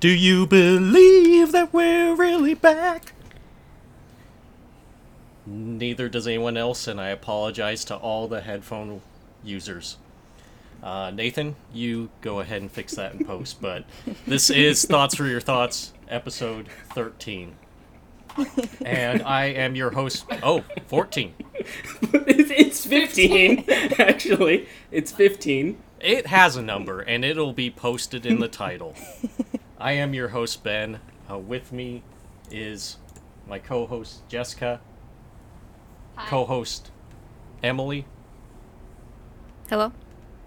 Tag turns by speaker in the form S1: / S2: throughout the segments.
S1: Do you believe that we're really back? Neither does anyone else, and I apologize to all the headphone users. Uh, Nathan, you go ahead and fix that in post, but this is Thoughts for Your Thoughts, episode 13. And I am your host. Oh, 14.
S2: it's, it's 15, actually. It's 15.
S1: It has a number, and it'll be posted in the title. I am your host, Ben. Uh, with me is my co host, Jessica,
S3: Hi.
S1: co host, Emily,
S4: Hello?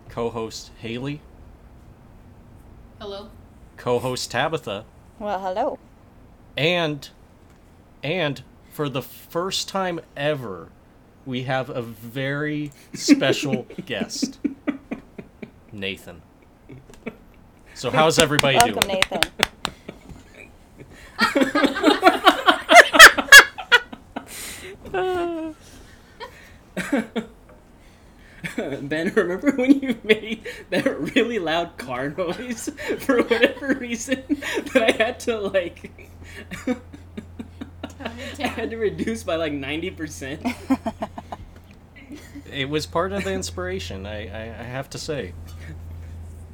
S1: co host, Haley,
S3: Hello.
S1: co host, Tabitha,
S4: Well, hello.
S1: and, and for the first time ever, we have a very special guest, Nathan. So, how's everybody
S4: Welcome,
S1: doing?
S4: Nathan.
S2: Ben, remember when you made that really loud car noise for whatever reason that I had to, like, I had to reduce by, like, 90%?
S1: it was part of the inspiration I, I, I have to say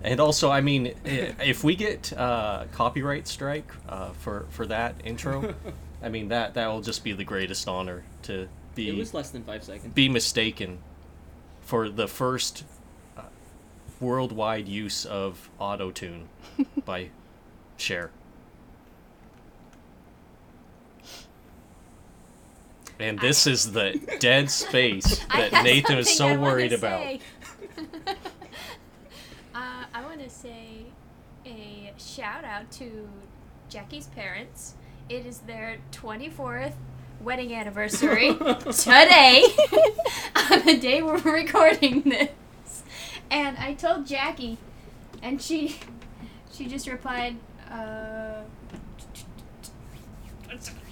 S1: and also i mean i- if we get uh, copyright strike uh, for for that intro i mean that that will just be the greatest honor to
S2: It
S1: be
S2: was less than five seconds.
S1: be mistaken for the first uh, worldwide use of auto tune by Cher. And this is the dead space that Nathan is so worried about.
S3: uh, I want to say a shout out to Jackie's parents. It is their 24th wedding anniversary today, on the day we're recording this. And I told Jackie, and she she just replied, uh,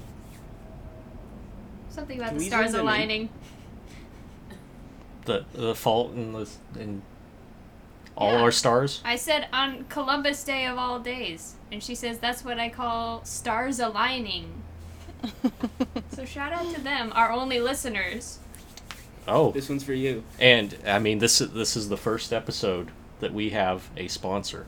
S3: something about
S2: Can
S3: the
S2: we
S3: stars
S2: zoom in?
S3: aligning.
S1: The the fault in the in all
S3: Yeah.
S1: our stars.
S3: I said on Columbus Day of all days, and she says that's what I call stars aligning. so shout out to them, our only listeners.
S1: Oh,
S2: This one's for you.
S1: and I mean this is this is the first episode that we have a sponsor.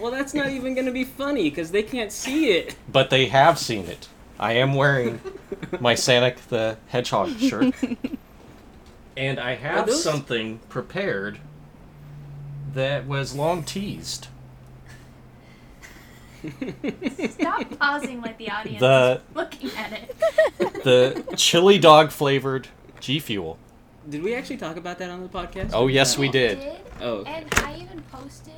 S2: well, that's not even going to be funny because they can't see it.
S1: But they have seen it. I am wearing my Sonic the Hedgehog shirt. and I have
S2: Are those-
S1: something prepared that was long teased.
S3: Stop pausing like the audience
S1: The-
S3: is looking at it.
S1: The chili dog flavored G Fuel.
S2: Did we actually talk about that on the podcast?
S1: Oh, yes, we did.
S2: Oh, okay.
S3: and I even posted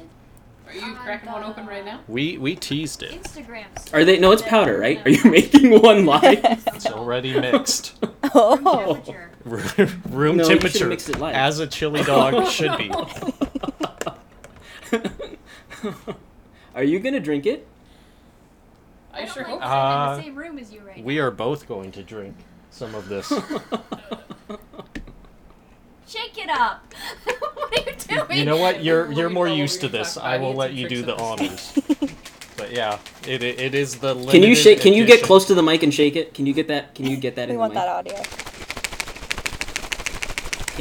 S5: Are you
S3: on
S5: cracking one
S3: the
S5: open right now?
S1: We we teased it.
S3: Instagram story.
S2: Are they? No, it's powder, right? Are you making one live?
S1: It's already mixed.
S4: Oh.
S3: Temperature.
S1: Room
S2: No, you should've
S1: temperature.
S2: mixed it live.
S1: As a chili dog should be.
S2: Are you gonna drink it?
S3: I,
S5: I,
S3: don't
S5: sure
S3: like
S5: hope.
S3: sitting
S1: Uh,
S3: in the same room as you right
S1: We are both going to drink some of this.
S3: now. Shake it up. what are you doing?
S1: You know what? You're
S5: We'll
S1: you're more
S5: recall what
S1: used to
S5: we were
S1: this.
S5: talking
S1: I
S5: about.
S1: will
S5: It's
S1: let
S5: a
S1: you do
S5: trick
S1: the
S5: sometimes.
S1: honors. But yeah, it i- it is the
S2: Can you
S1: limited
S2: shake? Can you get
S1: edition.
S2: close to the mic and shake it? Can you get that? Can you get that
S4: We
S2: in
S4: want
S2: the
S4: that
S2: mic?
S4: audio.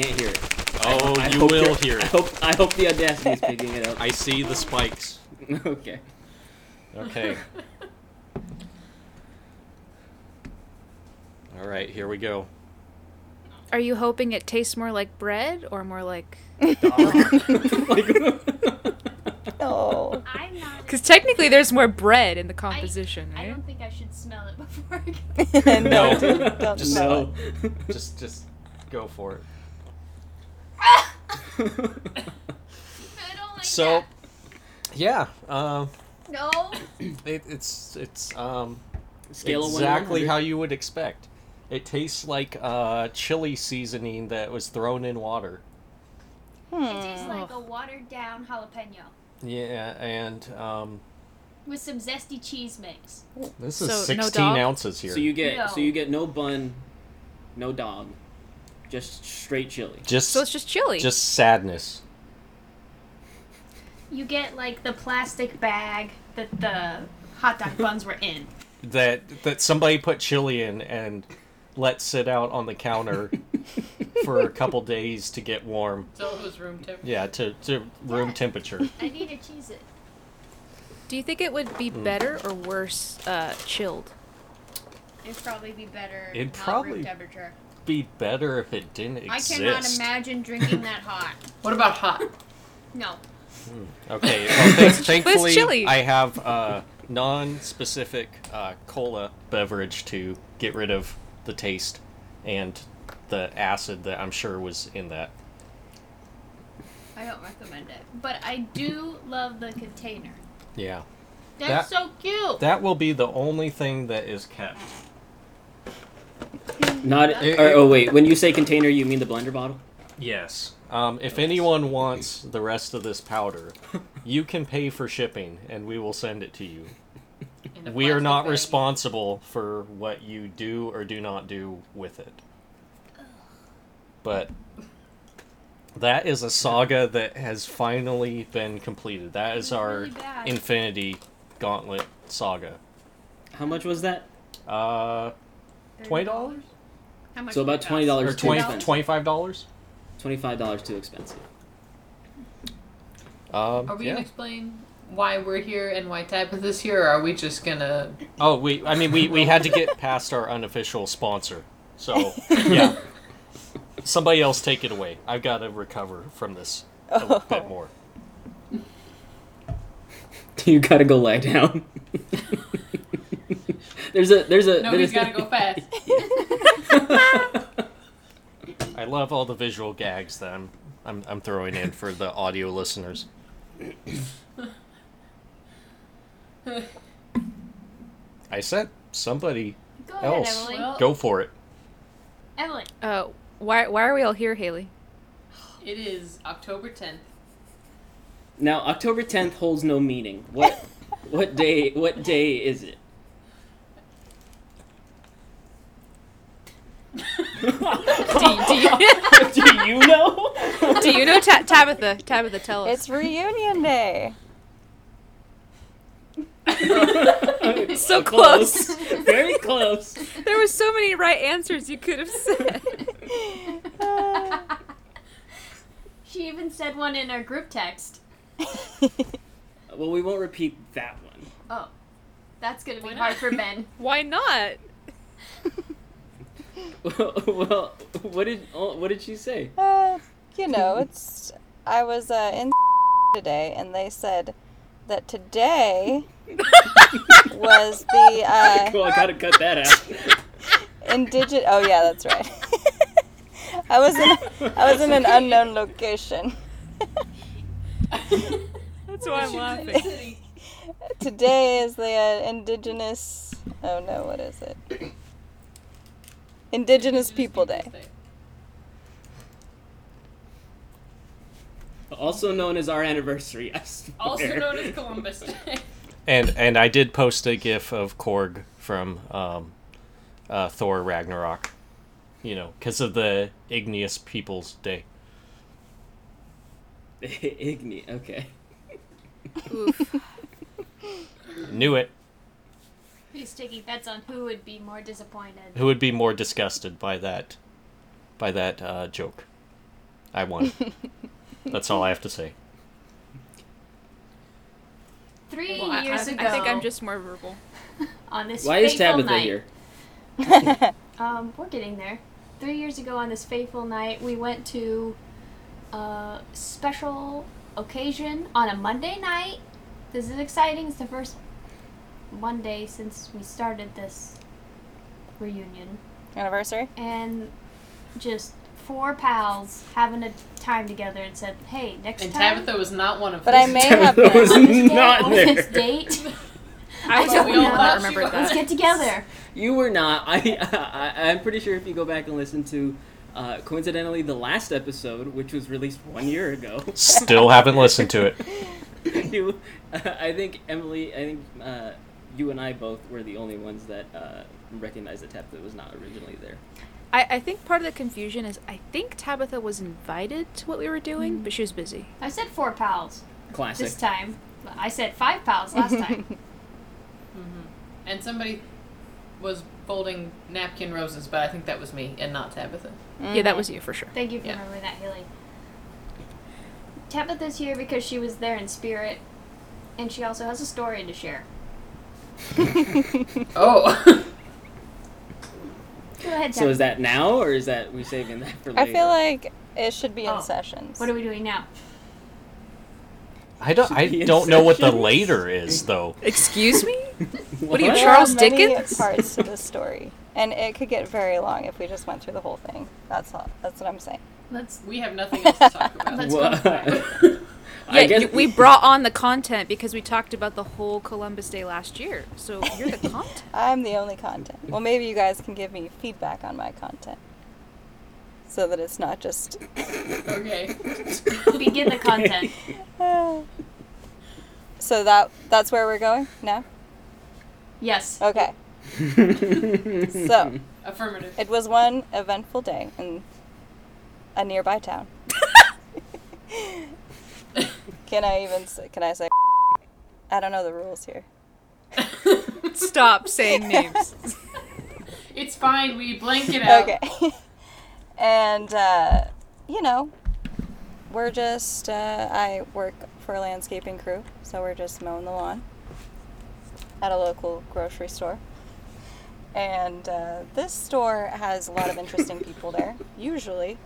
S2: Can't hear it.
S1: Oh,
S2: I
S1: you
S2: hope
S1: will
S2: you're-
S1: hear
S2: I
S1: it.
S2: hope I hope the audacity is picking it up.
S1: I see the spikes.
S2: okay.
S1: Okay. All right, here we go.
S6: Are you hoping it tastes more like bread or more like?
S2: Like-
S1: Oh.
S4: No.
S3: I'm not.
S6: Because technically, there's more bread in the
S3: I-
S6: composition,
S3: I
S6: right?
S3: don't think I should smell it before I go.
S4: no,
S1: No.
S4: dude, don't
S1: Just
S4: smell
S2: no.
S1: Just just go for it.
S3: I don't like
S1: So, yeah, um,
S3: that. No.
S1: it, it's it's um,
S2: Scale of one to
S1: exactly
S2: 100.
S1: how you would expect. It tastes like uh, chili seasoning that was thrown in water.
S3: It tastes like a watered down jalapeno
S1: Yeah, and um,
S3: with some zesty cheese mix.
S1: this
S6: So,
S1: is
S6: no
S1: 16
S6: dog?
S1: ounces here.
S2: So you get so
S3: No.
S2: you get no bun, no dog, just straight chili.
S1: just
S6: So it's just chili.
S1: just sadness.
S3: You get like the plastic bag that the hot dog buns were in.
S1: that that somebody put chili in and let sit out on the counter for a couple days to get warm.
S5: So it was room temp.
S1: Yeah, to, to room
S3: Yeah.
S1: temperature.
S3: I need a cheese it.
S6: Do you think it would be better or worse uh, chilled?
S3: It'd probably be better.
S1: It'd
S3: not room
S1: probably
S3: temperature.
S1: Be better if it didn't
S3: I
S1: exist.
S3: cannot imagine drinking that hot.
S5: What about hot?
S3: No.
S1: Okay, well, thank- thankfully
S6: chili?
S1: I have a non-specific uh, cola beverage to get rid of the taste and the acid that I'm sure was in that.
S3: I don't recommend it. But I do love the container.
S1: Yeah, That-
S3: That's so cute.
S1: that will be the only thing that is kept.
S2: Not.
S1: It-
S2: or- oh wait, when you say container, you mean the blender bottle?
S1: Yes. Um, if anyone wants the rest of this powder, you can pay for shipping and we will send it to you.
S5: In a
S1: We are
S5: plastic
S1: not
S5: bag.
S1: responsible for what you do or do not do with it. But that is a saga that has finally been completed. That is our
S3: Really bad.
S1: Infinity Gauntlet saga.
S2: How much was that?
S1: Uh, twenty dollars
S3: How much
S2: So
S3: did
S2: about
S3: it
S2: twenty
S3: cost?
S1: or
S2: dollars too
S1: 20,
S2: expensive.
S1: 25 dollars?
S2: Twenty-five dollars too expensive.
S1: Um,
S5: Are we
S1: yeah.
S5: gonna explain why we're here and why Tabitha's is here, or are we just gonna?
S1: Oh, we. I mean, we we had to get past our unofficial sponsor. So yeah, somebody else take it away. I've got to recover from this a bit more.
S2: You gotta go lie down. there's a there's a
S5: No,
S2: there's
S5: he's gotta go fast.
S1: I love all the visual gags that I'm I'm, I'm throwing in for the audio listeners. I said somebody
S3: Go ahead,
S1: else.
S3: Emily.
S5: Well-
S1: Go for it.
S3: Emily.
S6: Uh, why, why are we all here, Haley?
S5: It is October tenth.
S2: Now October 10th holds no meaning. What what day what day is it?
S6: Do, do, you,
S2: Do you know?
S6: do you know Ta- Tabitha? Tabitha, tell us.
S4: It's reunion day.
S6: So close.
S2: Very close.
S6: there were so many right answers you could have said.
S4: Uh,
S3: She even said one in our group text.
S2: Well, we won't repeat that one.
S3: Oh, that's gonna be
S5: Why not?
S3: hard for Ben.
S6: Why not?
S2: well, what did oh, what did she say?
S4: Uh, you know, it's. I was uh, in today, and they said that today was the uh,
S2: Cool, Oh, I gotta cut that out.
S4: indigent. Oh yeah, that's right. I was in. I was in an unknown location.
S6: That's why I'm laughing.
S4: Today is the uh, indigenous. Oh no, what is it? Indigenous People Day.
S2: also known as our anniversary. I swear.
S5: Also known as Columbus Day.
S1: And and I did post a gif of Korg from um, uh, Thor Ragnarok, you know, because of the Igneous Peoples Day.
S2: Igni. Okay.
S1: Knew it.
S3: Who's taking bets on who would be more disappointed?
S1: Who would be more disgusted by that, by that uh, joke? I won. That's all I have to say.
S3: Three
S6: Well, I-
S3: years
S6: I,
S3: ago,
S6: I think I'm just more verbal.
S3: on this
S2: Why is
S3: fateful
S2: Tabitha
S3: night.
S2: here?
S3: Um, we're getting there. Three years ago on this fateful night, we went to a special occasion on a Monday night. This is exciting. It's the first Monday since we started this reunion.
S4: Anniversary.
S3: And just four pals having a time together and said, hey, next
S5: And
S3: time.
S5: Tabitha was not one of
S4: But I
S5: them.
S4: may have
S2: That was
S4: been.
S3: This day,
S2: not
S3: on
S2: there.
S3: This date,
S6: I,
S3: don't
S6: we all
S3: know.
S6: thought remembered
S3: let's
S6: that.
S3: get together.
S2: You were not. I, I I'm pretty sure if you go back and listen to, uh, coincidentally, the last episode, which was released one year ago,
S1: Still haven't listened to it.
S2: you, uh, I think Emily, I think uh, you and I both were the only ones that uh, recognized the tap that was not originally there.
S6: I, I think part of the
S3: Mm.
S6: confusion is I think Tabitha was invited to what we were doing, but she was busy.
S3: I said four pals.
S2: Classic.
S3: this time. I said five pals last time.
S5: And somebody was folding napkin roses, but I think that was me and not Tabitha.
S6: Yeah,
S4: Mm-hmm.
S6: that was you for sure.
S3: Thank you for
S5: Yeah.
S3: remembering that, Haley. Tabitha's here because she was there in spirit, and she also has a story to share.
S5: Oh.
S3: Go ahead, Tabitha.
S2: so is that now or is that we saving that for
S4: I
S2: later?
S4: feel like it should be in
S3: Oh.
S4: sessions.
S3: What are we doing now?
S1: I don't.
S2: Should
S1: I
S2: be in
S1: don't know what the
S2: sessions.
S1: later is though.
S6: Excuse me?
S2: what
S6: do you
S4: there
S6: try- Charles
S4: are many
S6: Dickens?
S4: parts to this story, and it could get very long if we just went through the whole thing. That's all. That's what I'm saying.
S3: Let's
S5: we have nothing else to talk about.
S3: let's go. for it.
S6: Yeah, you- we brought on the content because we talked about the whole Columbus Day last year. So you're the content.
S4: I'm the only content. Well, maybe you guys can give me feedback on my content, so that it's not just.
S5: okay.
S3: Begin the content.
S4: eh. so that that's where we're going now.
S3: Yes.
S4: Okay. so
S5: Affirmative.
S4: it was one eventful day in a nearby town. can I even say, can I say? I don't know the rules here.
S6: Stop saying names.
S5: it's fine. We blank it out.
S4: Okay. and, uh, you know, we're just, uh, I work for a landscaping crew, so we're just mowing the lawn at a local grocery store. And uh, this store has a lot of interesting people there. Usually,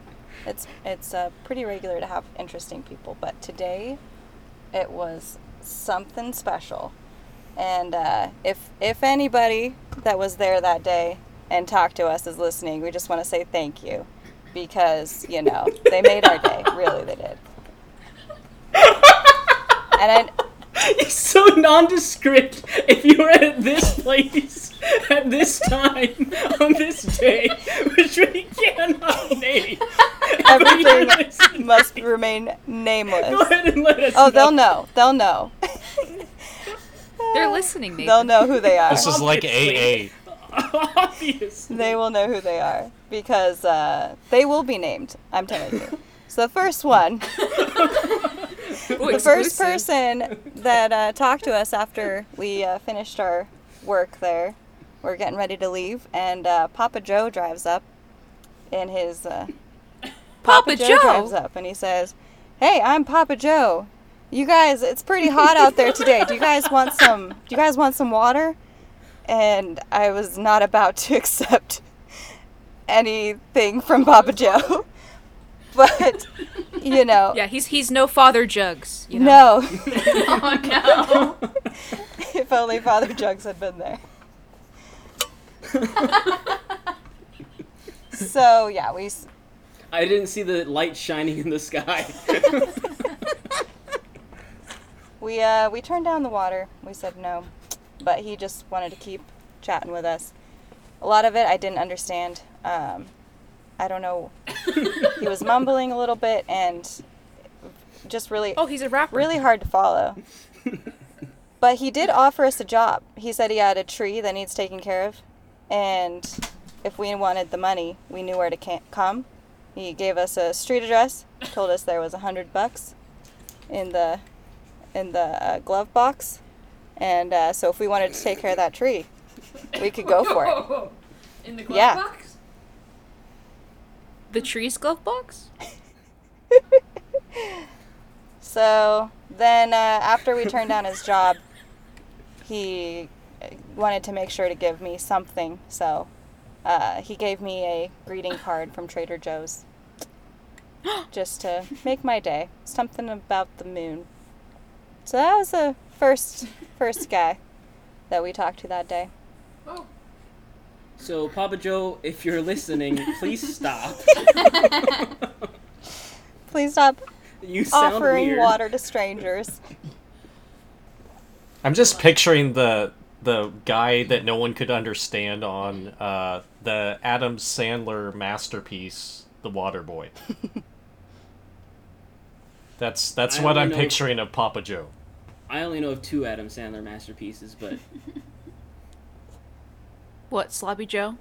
S4: it's it's uh, pretty regular to have interesting people, but today it was something special. And uh, if if anybody that was there that day and talked to us is listening, we just want to say thank you because you know they made our day. Really, they did. And I,
S2: It's so nondescript. If you were at this place at this time on this day, which we cannot name, but you're
S4: everything
S2: listening,
S4: must remain
S2: go
S4: nameless.
S2: ahead and let us.
S4: Oh, they'll know. They'll know.
S6: They're listening, Nathan.
S4: They'll know who they are.
S1: This is like AA.
S2: Obvious.
S4: They will know who they are because uh, they will be named. I'm telling you. So the first one
S6: Ooh,
S4: the first
S6: exclusive.
S4: person that uh, talked to us after we uh, finished our work there, we're getting ready to leave, and uh, Papa Joe drives up in his. Uh,
S6: Papa Joe.
S4: drives up and he says, "Hey, I'm Papa Joe. You guys, it's pretty hot out there today. Do you guys want some? Do you guys want some water?" And I was not about to accept anything from Papa Joe, but you know,
S6: Yeah, he's he's no father jugs. You know?
S4: no.
S3: Oh no.
S4: If only Father Jugs had been there.
S6: Oh,
S4: so yeah, we. s-
S2: I didn't see the light shining in the sky.
S4: We uh, we turned down the water. We said no, but he just wanted to keep chatting with us. A lot of it I didn't understand. Um, I don't know. he was mumbling a little bit and just really
S6: Oh, he's a rapper.
S4: really hard to follow. but he did offer us a job. He said he had a tree that needs taken care of, and if we wanted the money, we knew where to ca- come. He gave us a street address, told us there was a hundred bucks in the in the uh, glove box, and uh, so if we wanted to take care of that tree, we could go for it.
S5: it. In the glove
S4: Yeah.
S5: box?
S6: The tree's glove box?
S4: So then, uh, after we turned down his job, he uh, wanted to make sure to give me something. So uh, he gave me a greeting card from Trader Joe's just to make my day. Something about the moon. So that was the first first guy that we talked to that day.
S5: Oh.
S2: so, Papa Joe, if you're listening, please stop.
S4: Please stop
S2: You sound
S4: offering
S2: weird.
S4: water to strangers.
S1: I'm just picturing the the guy that no one could understand on uh, the Adam Sandler masterpiece, The Waterboy. that's that's
S2: I
S1: what
S2: only
S1: I'm
S2: know-
S1: picturing of Papa Joe.
S2: I only know of two Adam Sandler masterpieces, but
S6: What, Sloppy Joe?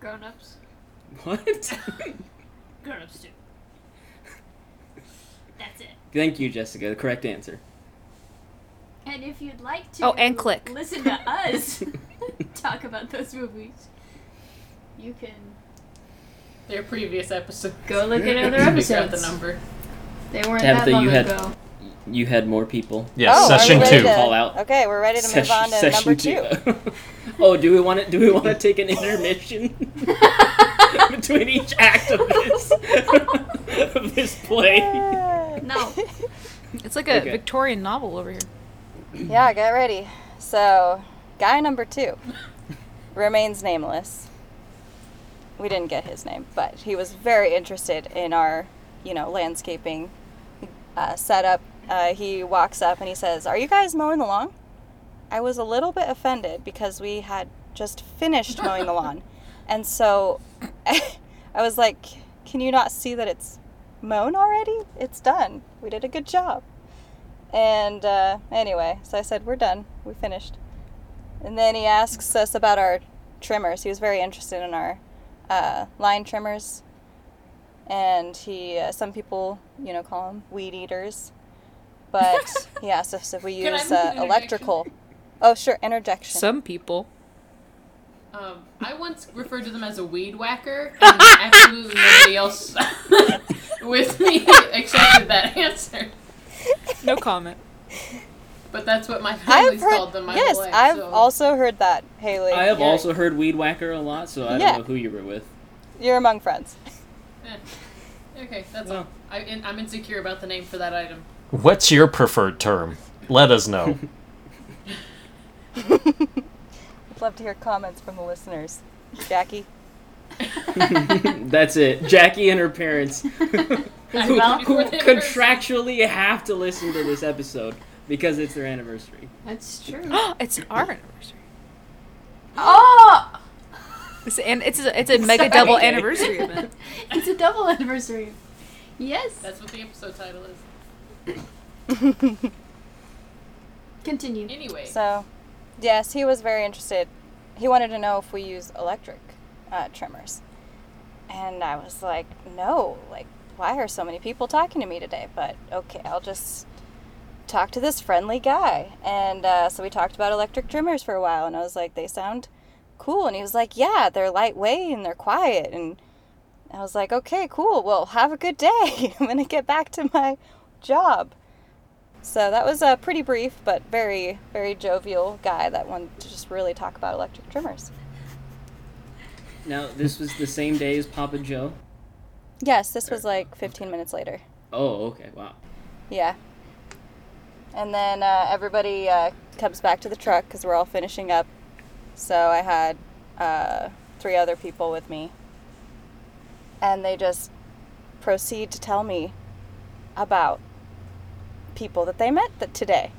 S3: Grown ups.
S2: what?
S3: Grown ups do. That's it.
S2: Thank you, Jessica. The correct answer.
S3: And if you'd like to
S6: Oh, and click.
S3: listen to us talk about those movies, you can
S5: Their previous episode.
S3: go look at other
S5: Figure out
S3: episodes.
S5: the number.
S3: They weren't
S2: Tabitha,
S3: that long
S2: you had-
S3: ago.
S2: You had more people.
S1: Yes,
S4: Oh, are we
S1: session
S4: ready
S1: two.
S4: to-
S2: Call out.
S4: Okay, we're ready to move on to number two.
S2: oh, do we want to do we want to take an intermission between each act of this of this play?
S3: No.
S6: It's like a
S2: Okay.
S6: Victorian novel over here.
S4: yeah, get ready. So, guy number two remains nameless. We didn't get his name, but he was very interested in our, you know, landscaping uh, setup. Uh, he walks up and he says, "Are you guys mowing the lawn?" I was a little bit offended because we had just finished mowing the lawn, and so I was like, "Can you not see that it's mown already? It's done. We did a good job." And uh, anyway, so I said, We're done. We finished. And then he asks us about our trimmers. He was very interested in our uh, line trimmers. And he, uh, some people, you know, call them weed eaters. But he asked us if we
S5: Can I
S4: use
S5: make an
S4: uh,
S5: interjection?
S4: electrical. Oh, sure, interjection.
S6: Some people.
S5: Um, I once referred to them as a weed whacker, and absolutely nobody else with me accepted that answer.
S6: No comment.
S5: But that's what my family
S4: I've heard.
S5: called them. my
S4: yes,
S5: whole life,
S4: I've
S5: so.
S4: also heard that, Haley.
S2: I have
S4: You're-
S2: also heard Weed Whacker a lot, so I don't
S4: Yeah.
S2: know who you were with.
S4: You're among friends.
S5: Eh. Okay, that's
S2: Well.
S5: all. I, in, I'm insecure about the name for that item.
S1: What's your preferred term? Let us know.
S4: I'd love to hear comments from the listeners. Jackie.
S2: That's it. Jackie and her parents, who, who
S5: Well,
S2: contractually have to listen to this episode because it's their anniversary.
S3: That's true.
S6: it's our anniversary.
S3: oh!
S6: It's an, it's a, it's a mega double anniversary event.
S3: It's a double anniversary. Yes.
S5: That's what the episode title is.
S3: Continue.
S5: Anyway,
S4: So, yes, he was very interested. He wanted to know if we use electric uh, trimmers. And I was like, no, like, why are so many people talking to me today? But okay, I'll just talk to this friendly guy. And uh, so we talked about electric trimmers for a while, and I was like, they sound cool. And he was like, yeah, they're lightweight and they're quiet. And I was like, okay, cool. Well, have a good day. I'm going to get back to my job. So that was a pretty brief but very, very jovial guy that wanted to just really talk about electric trimmers.
S2: Now, this was the same day as Papa Joe.
S4: Yes, this was like 15 minutes later.
S2: Oh, okay. Wow.
S4: Yeah. And then uh, everybody uh, comes back to the truck because we're all finishing up. So I had uh, three other people with me. And they just proceed to tell me about people that they met th- today.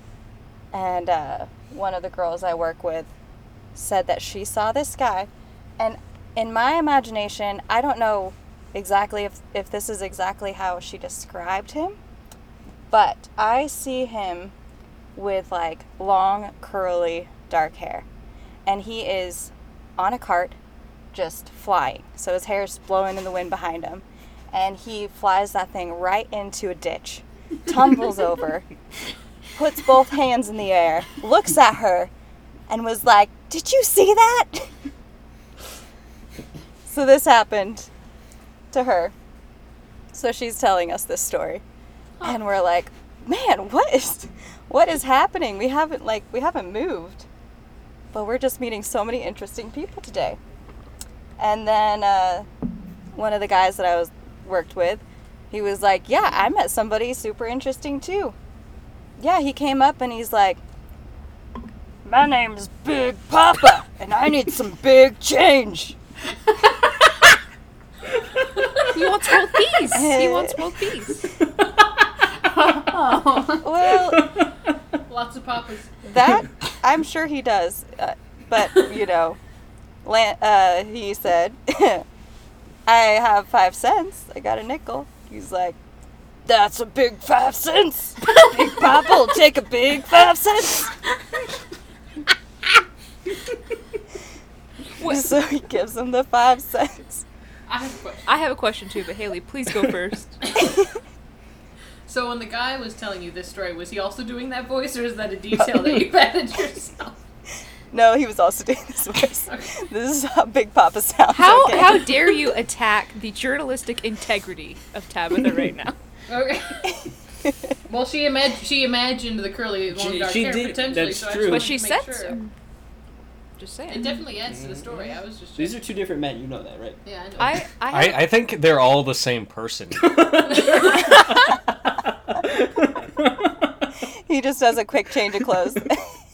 S4: And uh, one of the girls I work with said that she saw this guy. And in my imagination, I don't know exactly if, if this is exactly how she described him but I see him with like long, curly, dark hair. And he is on a cart just flying. So his hair is blowing in the wind behind him. And he flies that thing right into a ditch, tumbles over, puts both hands in the air, looks at her, and was like, Did you see that? so this happened to her. So she's telling us this story and we're like man what is what is happening we haven't like we haven't moved but we're just meeting so many interesting people today and then uh, one of the guys that i was worked with he was like yeah i met somebody super interesting too yeah he came up and he's like my name's big papa and i need some big change
S6: He wants world peace. He wants world peace.
S4: Oh. well
S5: lots of papas.
S4: That I'm sure he does, uh, but you know, Lan- uh, he said, "I have five cents. I got a nickel." He's like, "That's a big five cents. Big Papa will take a big five cents." so he gives him the five cents.
S5: I have a question.
S6: I have a question too, but Haley, please go first.
S5: So when the guy was telling you this story, was he also doing that voice, or is that a detail that you added yourself?
S4: No, he was also doing this voice.
S5: Okay.
S4: This is how Big Papa sounds.
S6: How
S4: okay?
S6: how dare you attack the journalistic integrity of Tabitha right now?
S5: Okay. well, she imag- she imagined the curly long
S2: She-
S5: dark
S2: she
S5: hair
S2: did.
S5: potentially.
S2: That's
S5: so I just
S2: true. But
S5: wanted
S6: she
S5: to make
S6: said
S5: sure.
S6: so. Just
S5: It
S6: saying.
S5: definitely adds to the story. I was just.
S2: Mm-hmm. These are two different men. You know that, right?
S5: yeah, I know.
S6: I I,
S1: I,
S6: have,
S1: I think they're all the same person.
S4: He just does a quick change of clothes,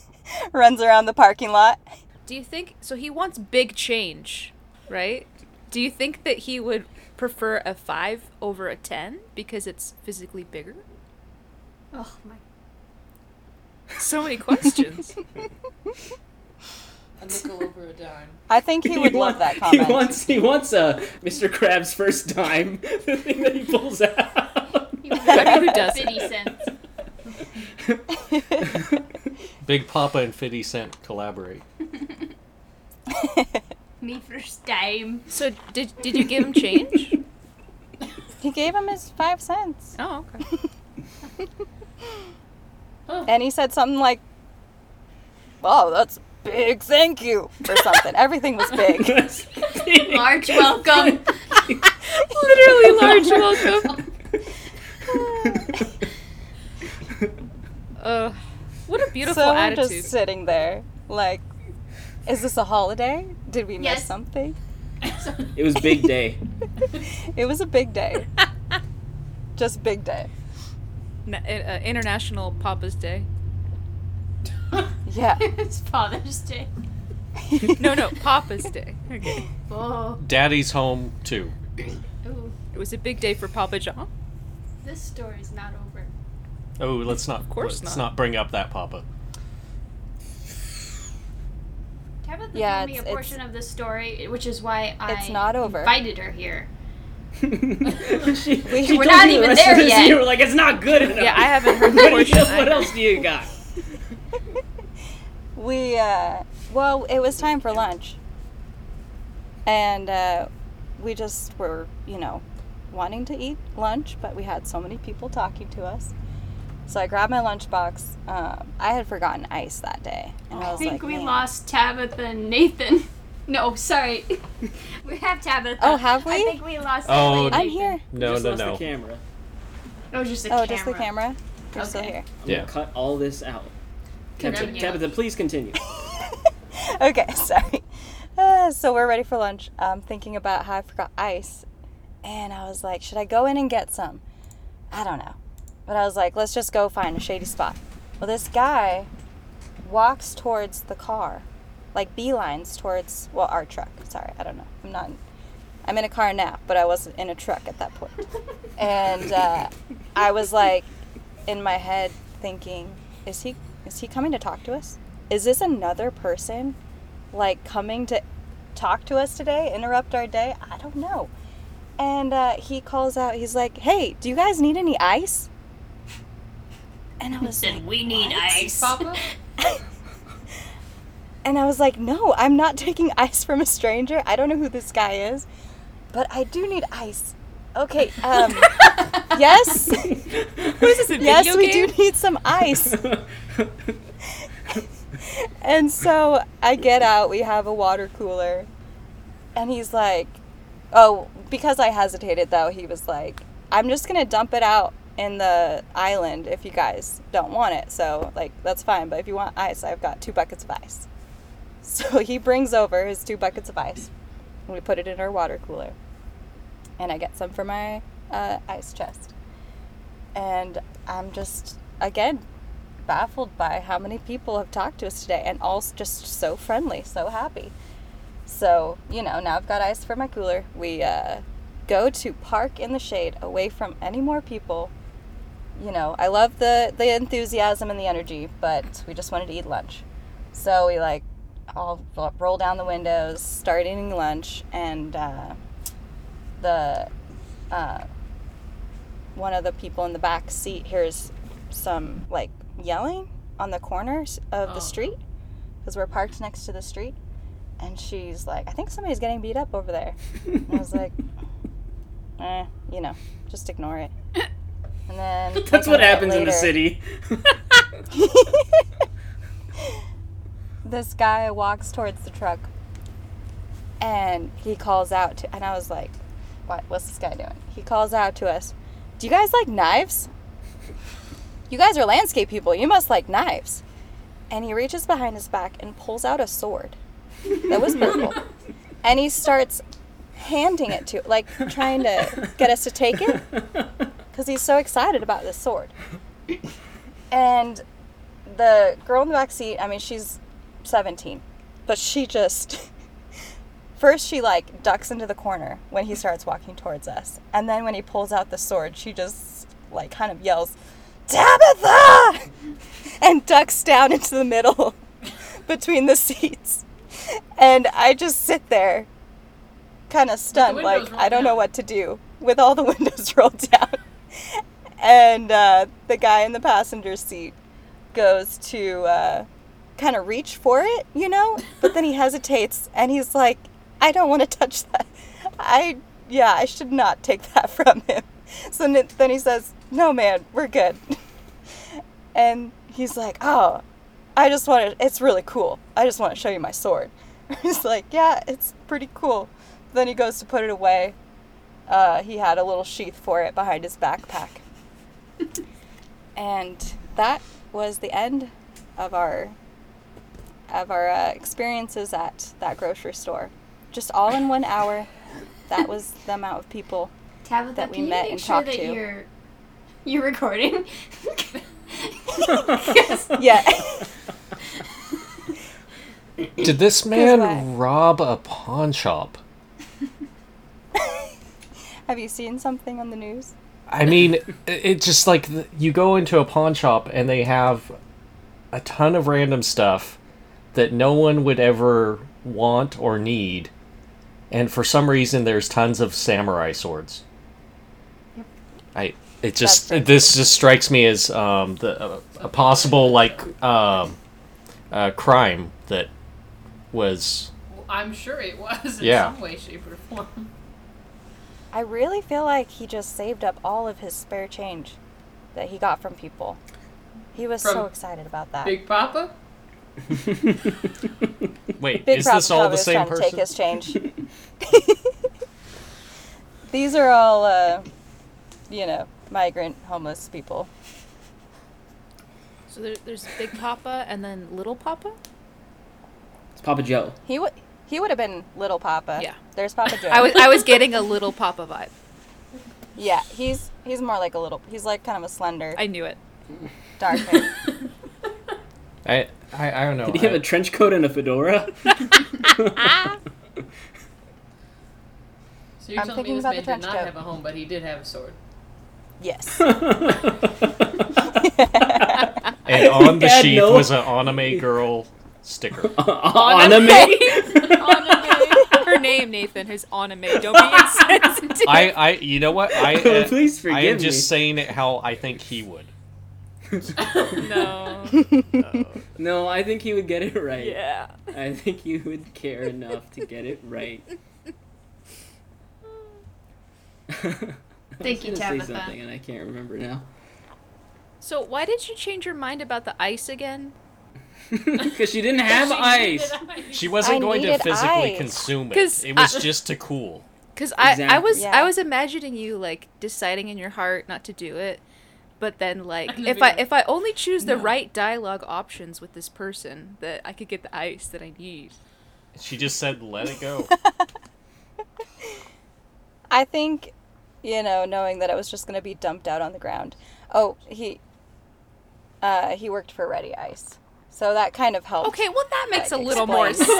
S4: runs around the parking lot.
S6: do you think so? He wants big change, right? Do you think that he would prefer a five over a ten because it's physically bigger?
S3: Oh my.
S6: So many questions.
S5: a nickel over a dime.
S4: I think he would
S2: want-
S4: love that comment.
S2: He wants he wants a Mr. Krabs first time. The thing that he pulls out.
S3: He was
S6: Who does it?
S3: fifty cents.
S1: Big Papa and 50 Cent collaborate.
S3: Me first time.
S6: So did did you give him change?
S4: he gave him his five cents.
S6: Oh, okay.
S4: And he said something like, Wow, that's big, thank you, or something. Everything was big.
S3: Large welcome.
S6: Literally large welcome. Uh, what a beautiful
S4: so we're
S6: attitude.
S4: just sitting there, like, Is this a holiday? Did we miss
S3: Yes.
S4: something?
S2: it was big day.
S4: It was a big day. Just big day.
S6: Na- uh, International Papa's Day.
S4: Yeah.
S3: it's Father's Day.
S6: No, no, Papa's Day. Okay.
S3: Oh.
S1: Daddy's home too.
S3: Ooh,
S6: It was a big day for Papa John.
S3: this story's not over.
S1: Oh, let's not. Of
S6: course
S1: let's
S6: not.
S1: not. bring up that Papa.
S3: Tabitha
S4: Yeah,
S3: told
S4: it's-
S3: me a
S4: it's-
S3: portion of the story, which is why I
S4: It's not over.
S3: invited her here.
S2: she,
S4: We're
S2: she told
S3: not
S2: you the
S3: even
S2: rest
S3: there
S2: of this
S3: yet.
S2: year, like it's not good enough.
S6: Yeah, I haven't heard the
S2: what, do you,
S6: portion.
S2: what
S6: either.
S2: else do you got?
S4: we uh well it was time for lunch and uh we just were you know wanting to eat lunch but we had so many people talking to us so i grabbed my lunchbox um, i had forgotten ice that day and i
S3: I
S4: was
S3: think
S4: like
S3: we
S4: "Man."
S3: lost Tabitha and Nathan. No, sorry. we have Tabitha.
S4: Oh, have
S3: I
S4: we?
S3: think we lost
S1: Oh,
S3: Emily and
S4: i'm
S3: Nathan.
S4: here
S1: No,
S2: Just
S1: no,
S2: lost The
S1: no.
S2: camera.
S3: Oh, just the
S4: oh
S3: camera.
S4: just the camera you're still
S3: Okay.
S4: here
S2: I'm
S1: Yeah.
S2: gonna cut all this out.
S5: Can I
S2: Tabitha,
S5: have you-
S2: Tabitha, please continue.
S4: okay, sorry. Uh, so we're ready for lunch. I'm thinking about how I forgot ice, and I was like, should I go in and get some? I don't know. But I was like, let's just go find a shady spot. Well, this guy walks towards the car, like beelines towards, well, our truck. Sorry, I don't know. I'm not, I'm in a car now, but I wasn't in a truck at that point. and uh, I was like, in my head, thinking, is he, is he coming to talk to us? Is this another person like coming to talk to us today, interrupt our day? I don't know. And uh, he calls out, he's like, hey, do you guys need any ice? And I was like,
S3: Said we need ice.
S5: Papa?
S4: And I was like, no, I'm not taking ice from a stranger. I don't know who this guy is, but I do need ice. Okay, um, yes,
S6: This is a video
S4: yes, we
S6: game.
S4: do need some ice. And so I get out, we have a water cooler, and he's like, oh, because I hesitated though, he was like, I'm just gonna dump it out in the island if you guys don't want it. So, like, that's fine, but if you want ice, I've got two buckets of ice. So he brings over his two buckets of ice, and we put it in our water cooler. And I get some for my uh, ice chest. And I'm just, again, baffled by how many people have talked to us today and all s- just so friendly, so happy. So, you know, now I've got ice for my cooler. We uh, go to park in the shade away from any more people. You know, I love the, the enthusiasm and the energy, but we just wanted to eat lunch. So we like all ro- roll down the windows, start eating lunch, and uh, the uh, one of the people in the back seat hears some like yelling on the corners of
S5: Oh.
S4: the street because we're parked next to the street and she's like i think somebody's getting beat up over there and i was like eh, you know just ignore it and then
S2: That's
S4: like, a
S2: what
S4: minute
S2: happens in the
S4: later,
S2: city.
S4: this guy walks towards the truck and he calls out to and I was like, what what's this guy doing? He calls out to us, Do you guys like knives? You guys are landscape people, you must like knives. And he reaches behind his back and pulls out a sword that was purple. and he starts handing it to like trying to get us to take it because he's so excited about this sword. And the girl in the back seat, I mean, she's 17, but she just. First, she like ducks into the corner when he starts walking towards us. And then when he pulls out the sword, she just like kind of yells, Tabitha! And ducks down into the middle between the seats. And I just sit there, kind of stunned,
S5: windows
S4: like,
S5: rolled
S4: I don't know
S5: down.
S4: what to do with all the windows rolled down. And uh, the guy in the passenger seat goes to uh, kind of reach for it, you know? But then he hesitates and he's like, I don't want to touch that. I, yeah, I should not take that from him. So n- then he says, No, man, we're good. And he's like, Oh, I just want to, it's really cool. I just want to show you my sword. He's like, Yeah, it's pretty cool. Then he goes to put it away. Uh, he had a little sheath for it behind his backpack. and that was the end of our of our uh, experiences at that grocery store. Just all in one hour. That was the amount of people.
S3: Tabitha,
S4: That we
S3: can you
S4: met
S3: make
S4: and
S3: sure
S4: talked
S3: that
S4: to.
S3: you're you're recording?
S4: Yeah.
S1: Did this
S4: Goodbye.
S1: man rob a pawn shop?
S4: Have you seen something on the news?
S1: I mean, it- it's just like th- you go into a pawn shop and they have a ton of random stuff that no one would ever want or need. And for some reason, there's tons of samurai swords. I it just
S4: That's right.
S1: this just strikes me as um, the uh, a possible like um, uh, crime that was
S5: I'm sure it was in
S1: Yeah.
S5: some way, shape, or form.
S4: I really feel like he just saved up all of his spare change that he got from people. He was so
S5: From
S4: excited about that.
S5: Big Papa?
S1: wait
S4: Big
S1: is
S4: Papa
S1: this all
S4: probably
S1: the
S4: was
S1: same
S4: trying
S1: person?
S4: to take his change. These are all, uh, you know, migrant homeless people.
S6: So there, there's Big Papa and then Little Papa.
S2: It's Papa Joe.
S4: He would he would have been little Papa.
S6: Yeah.
S4: There's Papa Joe.
S6: I was I was getting a Little Papa vibe.
S4: yeah, he's he's more like a little. He's like kind of a slender,
S6: I knew it.
S4: dark hair.
S1: I, I I don't know.
S2: Did he have
S1: I-
S2: a trench coat and a fedora?
S5: So you're
S4: I'm
S5: telling
S4: thinking
S5: me this
S4: about
S5: man
S4: the
S5: did
S4: trench
S5: not
S4: coat.
S5: have a home, but he did have a sword.
S4: yes.
S1: And on the
S2: Yeah,
S1: sheath
S2: no.
S1: was an anime girl sticker.
S2: Anime.
S6: Anime. Her name, Nathan, is Anime. Don't be insensitive.
S1: I, I, you know what? I, uh,
S2: Please
S1: I
S2: forgive
S1: am
S2: me.
S1: just saying it how I think he would.
S6: no.
S2: No, I think he would get it right.
S6: Yeah.
S2: I think he would care enough to get it right. I was
S3: Thank you,
S2: gonna Say
S3: Tabitha.
S2: something and I can't remember now.
S6: So why did you change your mind about the ice again?
S2: Because she didn't have ice.
S1: She wasn't
S4: I
S1: going to
S4: needed
S1: physically
S4: eyes.
S1: consume it.
S6: 'Cause
S1: It was
S6: I-
S1: just to cool.
S6: Because I, I was
S4: Exactly.
S6: I was imagining you like deciding in your heart not to do it, but then like
S5: And then
S6: if
S5: be
S6: I
S5: like,
S6: if I only choose the
S5: "No."
S6: right dialogue options with this person, that I could get the ice that I need.
S1: She just said, "Let it go."
S4: I think, you know, knowing that I was just gonna be dumped out on the ground. Oh, he uh, he worked for Ready Ice, so that kind of helped.
S6: Okay, well that makes
S4: like,
S6: a little more
S4: explain
S6: sense.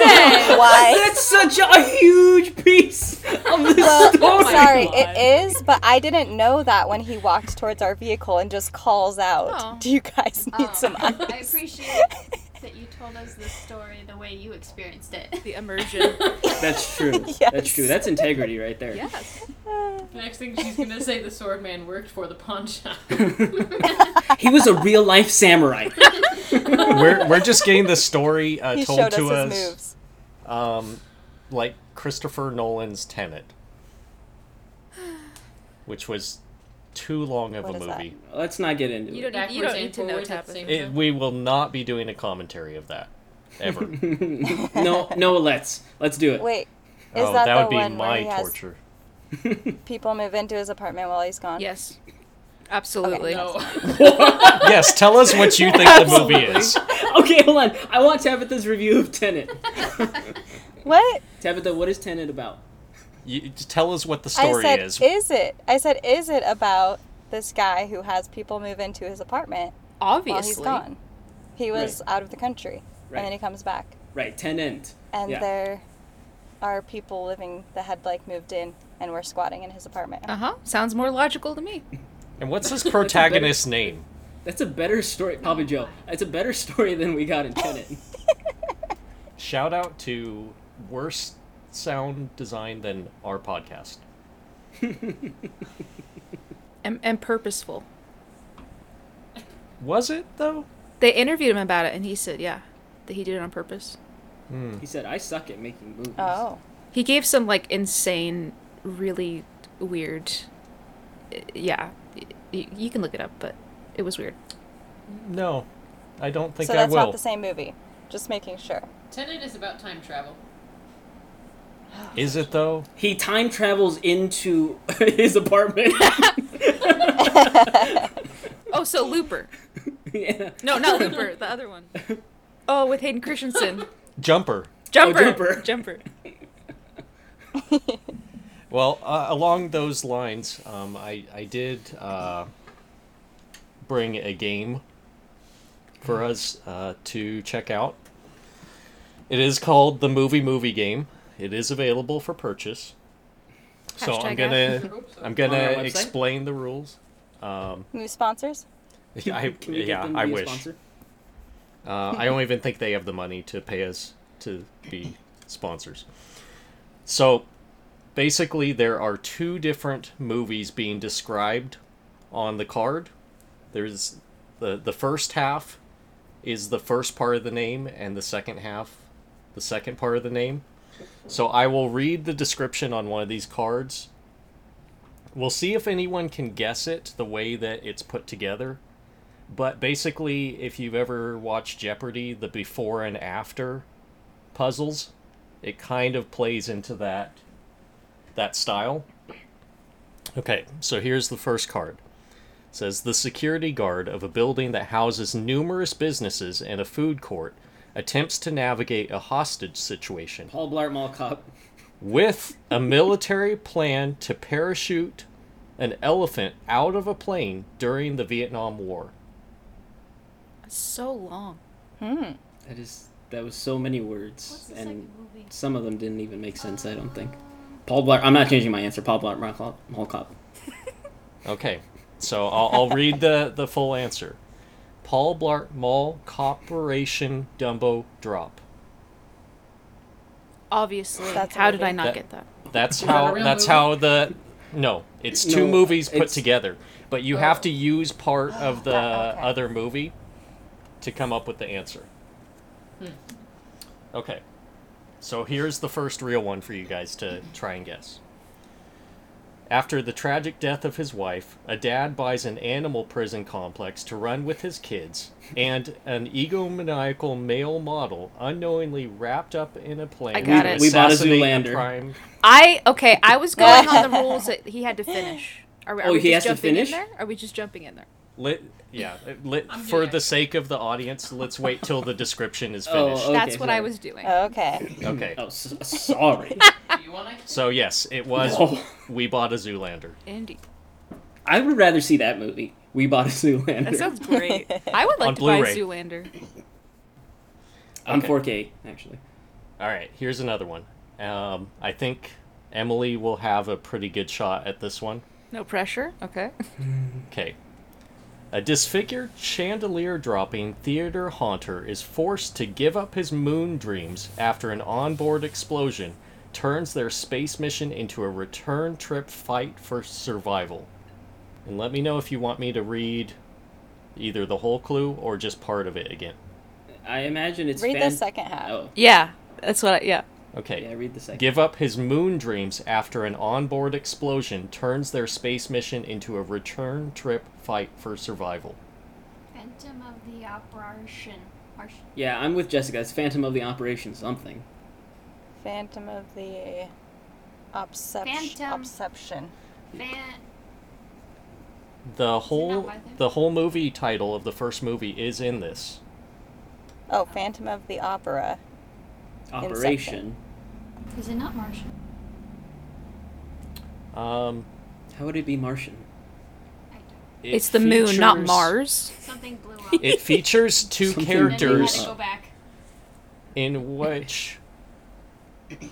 S4: Why?
S2: That's such a huge piece of the
S4: Well,
S2: story.
S4: sorry, it is, but I didn't know that when he walked towards our vehicle and just calls out,
S6: Oh.
S4: "Do you guys need
S3: Oh,
S4: some ice?"
S3: I appreciate that you told us this story the way you experienced it.
S6: The immersion.
S2: That's true.
S4: Yes.
S2: That's true. That's integrity right there.
S6: yes.
S5: Next thing she's gonna say, the sword man worked for the pawn shop.
S2: He was a real life samurai.
S1: we're we're just getting the story uh,
S4: he
S1: told
S4: showed
S1: to
S4: us his
S1: us,
S4: moves.
S1: um, like Christopher Nolan's Tenet, which was too long of
S4: What
S1: a
S4: is that?
S1: movie.
S2: Let's not get into
S6: You
S2: it.
S6: don't, need, you
S5: Backwards
S6: don't
S5: and
S6: need to know
S5: forwards at the
S6: Tabitha.
S5: same
S1: It, we will not be doing a commentary of that ever.
S2: No, no, let's let's do it.
S4: Wait, is
S1: oh,
S4: that,
S1: that,
S4: the
S1: would be
S4: one where
S1: my
S4: he has
S1: torture.
S4: people move into his apartment while he's gone?
S6: Yes. Absolutely.
S5: No.
S1: yes, tell us what you think the movie is.
S2: Okay, hold on. I want Tabitha's review of Tenet.
S4: What?
S2: Tabitha, what is Tenet about?
S1: You, tell us what the story
S4: I said,
S1: is.
S4: it? I said, is it about this guy who has people move into his apartment while he's
S6: Obviously.
S4: gone? He was out of the country, and
S2: Right.
S4: then he comes back,
S2: Right, Tenet.
S4: and
S2: Yeah.
S4: there are people living that had like moved in and were squatting in his apartment.
S6: Uh huh. Sounds more logical to me.
S1: And what's his protagonist's name?
S2: That's a better story, Papa Joe. That's a better story than we got in Tenet.
S1: Shout out to worse sound design than our podcast.
S6: And, and purposeful.
S1: Was it though?
S6: They interviewed him about it, and he said, yeah, that he did it on purpose.
S2: he said, "I suck at making movies."
S4: Oh,
S6: He gave some, like, insane, really weird. uh, Yeah. Y- y- you can look it up, but it was weird.
S1: No, I don't think
S4: so
S1: I
S4: that's
S1: will.
S4: not the same movie. Just making sure.
S5: Tenet is about time travel.
S1: Is it though?
S2: He time travels into his apartment.
S6: Oh, so Looper.
S2: yeah.
S6: No, not Looper. The other one. Oh, with Hayden Christensen.
S1: Jumper.
S6: Jumper.
S2: Jumper.
S6: Jumper.
S1: Well, uh, along those lines, um, I I did uh, bring a game for
S2: Mm.
S1: us uh, to check out. It is called the Movie Movie Game. It is available for purchase. So I'm
S6: Hashtag
S1: gonna I'm
S2: On our
S1: gonna
S2: website?
S1: explain the rules.
S4: New sponsors?
S1: I,
S2: Can we get
S1: yeah,
S2: them to
S1: I
S2: be a
S1: wish.
S2: sponsor?
S1: Uh, I don't even think they have the money to pay us to be sponsors. So basically, there are two different movies being described on the card. There's the the first half is the first part of the name, and the second half, the second part of the name. So I will read the description on one of these cards. We'll see if anyone can guess it the way that it's put together but basically if you've ever watched jeopardy the before and after puzzles it kind of plays into that that style okay so here's the first card It says the security guard of a building that houses numerous businesses and a food court attempts to navigate a hostage situation
S2: Paul Blart Mall Cop.
S1: with a military plan to parachute an elephant out of a plane during the Vietnam War.
S6: So long.
S2: That is that was so many words,
S3: What's the
S2: and
S3: second movie?
S2: some of them didn't even make sense. I don't think. Paul Blart. I'm not changing my answer. Paul Blart Mall Cop. Mall Cop.
S1: Okay, so I'll, I'll read the, the full answer. Paul Blart Mall Corporation Dumbo Drop.
S6: Obviously.
S4: That's a
S6: How did
S4: movie.
S6: I not
S1: That-
S6: get that?
S1: That's
S5: that a
S1: how.
S5: real
S1: That's
S5: movie?
S1: how the. No, it's two
S2: No,
S1: movies put
S2: it's-
S1: together, but you have to use part of the
S4: okay.
S1: other movie to come up with the answer. Okay, so here's the first real one for you guys to try and guess. After the tragic death of his wife, a dad buys an animal prison complex to run with his kids, and an egomaniacal male model unknowingly wrapped up in a plane.
S6: I got
S1: to
S6: it. We
S2: bought a
S1: assassinate
S2: Zoolander.
S1: prime-
S6: I okay. I was going on the rules that he had to finish. Are, we- are
S2: Oh,
S6: we
S2: he
S6: just
S2: has to
S6: jumping
S2: finish?
S6: in there? Are we just jumping in there?
S1: Let yeah, let,
S5: I'm
S1: for
S5: here.
S1: the sake of the audience, let's wait till the description is
S2: Oh,
S1: finished.
S2: Okay,
S6: That's what I
S2: sorry.
S6: was doing.
S4: Okay.
S1: Okay.
S2: Oh, s sorry.
S5: Do you want to?
S1: So yes, it was
S2: No.
S1: we bought a Zoolander.
S6: Indeed.
S2: I would rather see that movie. We bought a Zoolander
S6: That sounds great. I would like
S1: On
S6: to buy
S1: Blu-ray.
S6: Zoolander.
S2: on
S1: Okay.
S2: 4K actually.
S1: All right, here's another one. Um, I think Emily will have a pretty good shot at this one.
S6: No pressure. Okay.
S1: Okay. A disfigured chandelier dropping theater haunter is forced to give up his moon dreams after an onboard explosion turns their space mission into a return trip fight for survival. And let me know if you want me to read either the whole clue or just part of it again.
S2: I imagine it's
S4: Read
S2: fan-
S4: the second half.
S2: Oh,
S6: Yeah, that's what. I, yeah.
S1: Okay.
S2: Yeah, read the second.
S1: give up his moon dreams after an onboard explosion turns their space mission into a return trip fight for survival.
S3: Phantom of the Operation. Martian.
S2: yeah, I'm with Jessica. It's Phantom of the Operation something.
S4: Phantom of the Obseption.
S3: Phantom.
S4: Obseption.
S3: Fan-
S1: The
S3: not
S1: whole
S3: my thing?
S1: the whole movie title of the first movie is in this.
S4: Oh, Phantom of the Opera.
S2: Operation.
S3: Is it not Martian?
S1: Um,
S2: How would it be Martian?
S3: I don't.
S1: it
S6: It's the moon, not
S1: features-
S6: Mars.
S3: Something blew up.
S1: It features two
S2: Something
S3: And then we had
S1: characters
S3: to go back.
S1: in which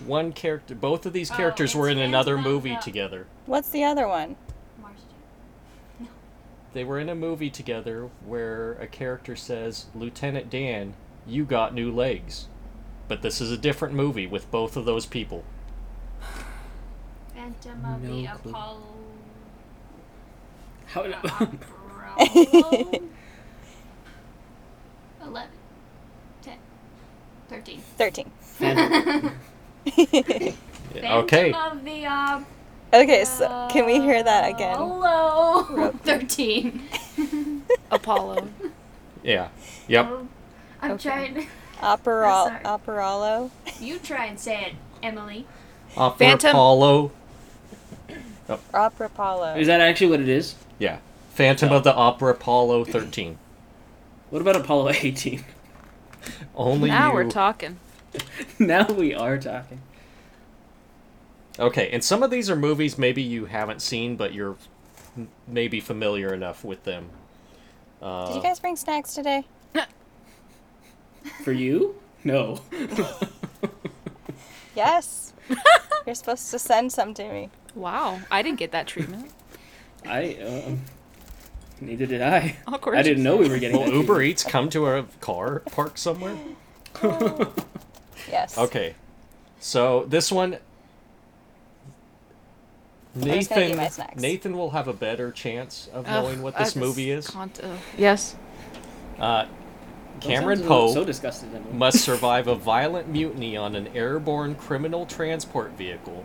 S1: one character, both of these
S3: Oh,
S1: characters were
S3: it's
S1: in
S3: Phantom
S1: another
S3: of
S1: movie
S3: the-
S1: together.
S4: What's the other one?
S3: Martian.
S1: They were in a movie together where a character says, Lieutenant Dan, you got new legs. But this is a different movie with both of those people.
S3: Phantom of
S2: No
S3: the
S2: clue.
S3: Apollo.
S2: How would
S3: Apollo? 11. 10. 13.
S4: 13.
S2: Phantom-
S1: okay.
S3: Phantom of the Apollo.
S4: okay, so can we hear that again?
S3: Hello. 13.
S6: Apollo.
S1: Yeah. Yep.
S3: I'm
S6: Okay.
S3: trying.
S4: Opera-
S3: That's our-
S4: Operalo?
S3: You try and say it, Emily.
S1: Opera
S6: Phantom-
S1: Apollo.
S4: Opera Polo.
S2: Is that actually what it is?
S1: Yeah. Phantom of the Opera Apollo 13.
S2: What about Apollo 18?
S1: Only
S6: now
S1: you.
S6: we're talking.
S2: now we are talking.
S1: okay, and some of these are movies maybe you haven't seen, but you're m- maybe familiar enough with them. Uh,
S4: Did you guys bring snacks today?
S2: For you? No.
S4: Yes. You're supposed to send some to me.
S6: Wow, I didn't get that treatment.
S2: I, um, neither did I.
S6: Awkward.
S2: I didn't know we were getting
S1: Will
S2: that
S1: Uber Eats come to a car park somewhere?
S4: Yes.
S1: Okay. So this one
S4: just gonna eat
S1: Nathan
S4: my snacks.
S1: Nathan will have a better chance of
S6: Ugh,
S1: knowing what
S6: I
S1: this
S6: just
S1: movie is.
S6: can't, ugh. yes.
S1: Uh,
S2: That
S1: Cameron
S2: sounds a little-
S1: Poe
S2: So disgusted. Emily.
S1: must survive a violent mutiny on an airborne criminal transport vehicle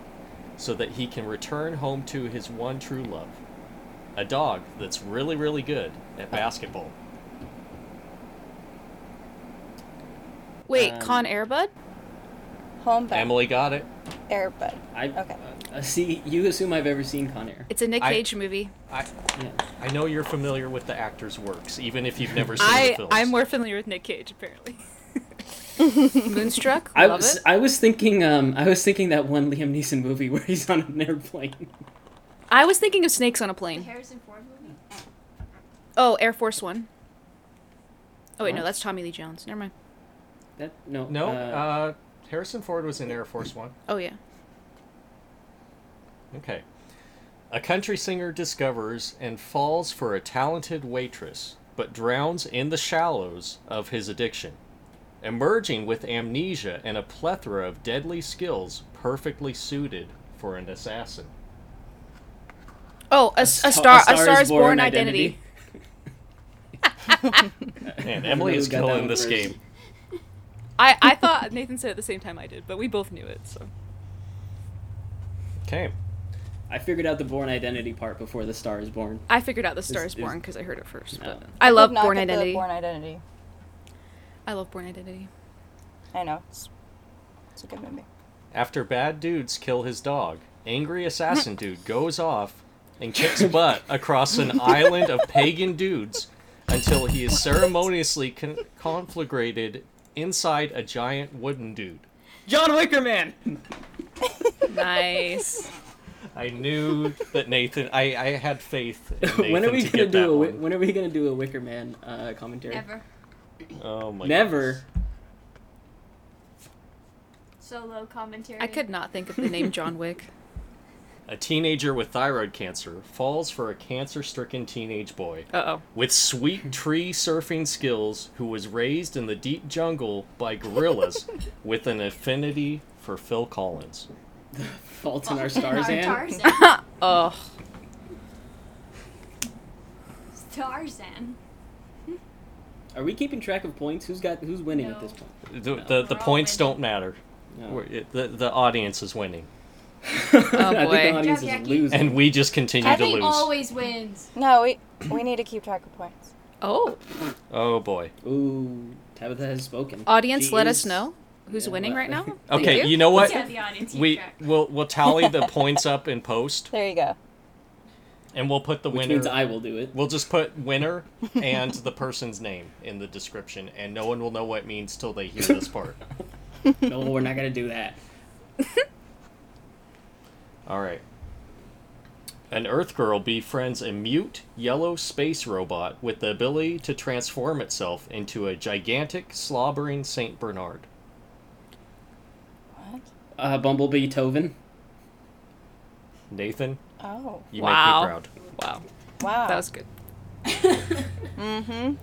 S1: so that he can return home to his one true love. A dog that's really, really good at basketball.
S6: Wait,
S2: Um,
S6: Con Air Bud?
S4: Home by
S1: Emily got it.
S4: Airbud.
S2: I,
S4: Okay.
S2: uh, see, you assume I've ever seen Con Air.
S6: It's a Nick
S1: I-
S6: Cage movie.
S1: I,
S2: Yeah.
S1: I know you're familiar with the actor's works, even if you've never seen the
S6: I
S1: films.
S6: I'm more familiar with Nick Cage apparently. Moonstruck,
S2: I
S6: love
S2: was
S6: it.
S2: I was thinking um I was thinking that one Liam Neeson movie where he's on an airplane.
S6: I was thinking of Snakes on a
S3: The
S6: Plane.
S3: Harrison Ford movie?
S6: Oh, Air Force One. Oh wait, no,
S2: What?
S6: that's Tommy Lee Jones. Never mind.
S2: That no
S1: No,
S2: uh,
S1: uh, Harrison Ford was in Air Force One.
S6: Oh yeah.
S1: Okay. A country singer discovers and falls for a talented waitress, but drowns in the shallows of his addiction, emerging with amnesia and a plethora of deadly skills perfectly suited for an assassin.
S6: Oh, a, a,
S2: Sta-
S6: star, a star, is born, identity.
S1: And Emily is
S2: Got that
S1: killing
S2: one
S1: this
S2: first.
S1: game.
S6: I, I thought Nathan said it at the same time I did, but we both knew it. So
S1: Okay.
S2: I figured out the born identity part before the star is born.
S6: I figured out the Star
S2: Is-
S6: is
S2: is-
S6: Born because I heard it first.
S2: No.
S6: But I love
S4: Did not
S6: Born
S4: get the
S6: Identity.
S4: Born Identity.
S6: I love Born Identity.
S4: I know. It's, it's a good movie.
S1: After bad dudes kill his dog, angry assassin dude goes off and kicks butt across an island of pagan dudes until he is ceremoniously con- conflagrated inside a giant wooden dude.
S2: John Wicker Man.
S6: Nice.
S1: I knew that Nathan. I, I had faith. In Nathan
S2: when are we
S1: to
S2: gonna
S1: get that
S2: do a wi-
S1: one.
S2: when are we gonna do a Wicker Man uh, commentary?
S3: Never.
S1: Oh my.
S2: Never.
S3: Solo commentary.
S6: I could not think of the name John Wick.
S1: A teenager with thyroid cancer falls for a cancer-stricken teenage boy
S6: Uh oh.
S1: with sweet tree surfing skills who was raised in the deep jungle by gorillas with an affinity for Phil Collins.
S2: Fault in our stars
S3: Our
S2: and
S3: Tarzan.
S6: Oh.
S3: Tarzan.
S2: are we keeping track of points? Who's got who's winning at
S3: No.
S2: this point?
S1: The, the, the points don't matter. We're, it, the, the audience is winning,
S2: I think
S6: boy.
S2: the audience
S3: Jackie.
S2: is losing.
S1: and we just continue to
S3: Jackie
S1: lose.
S3: always wins.
S4: No, we we need to keep track of points.
S6: Oh,
S1: Oh boy.
S2: Ooh, Tabitha has spoken.
S6: audience,
S2: She
S6: let
S2: is-
S6: us know who's
S2: Yeah,
S6: winning
S2: well-
S6: right now. Thank
S1: Okay, you know what?
S3: Yeah, the audience.
S1: We we'll we'll tally the points up in post,
S4: There you go.
S1: and we'll put the
S2: Which
S1: winner.
S2: means I will do it.
S1: We'll just put winner and the person's name in the description, and no one will know what it means till they hear this part.
S2: No, we're not gonna do that.
S1: All right. An Earth girl befriends a mute yellow space robot with the ability to transform itself into a gigantic slobbering Saint Bernard.
S4: What?
S2: Uh, Bumblebee Tovin.
S1: Nathan,
S4: Oh,
S1: you
S6: Wow.
S1: make me proud.
S6: Wow,
S4: wow.
S6: that was good.
S4: Mm-hmm.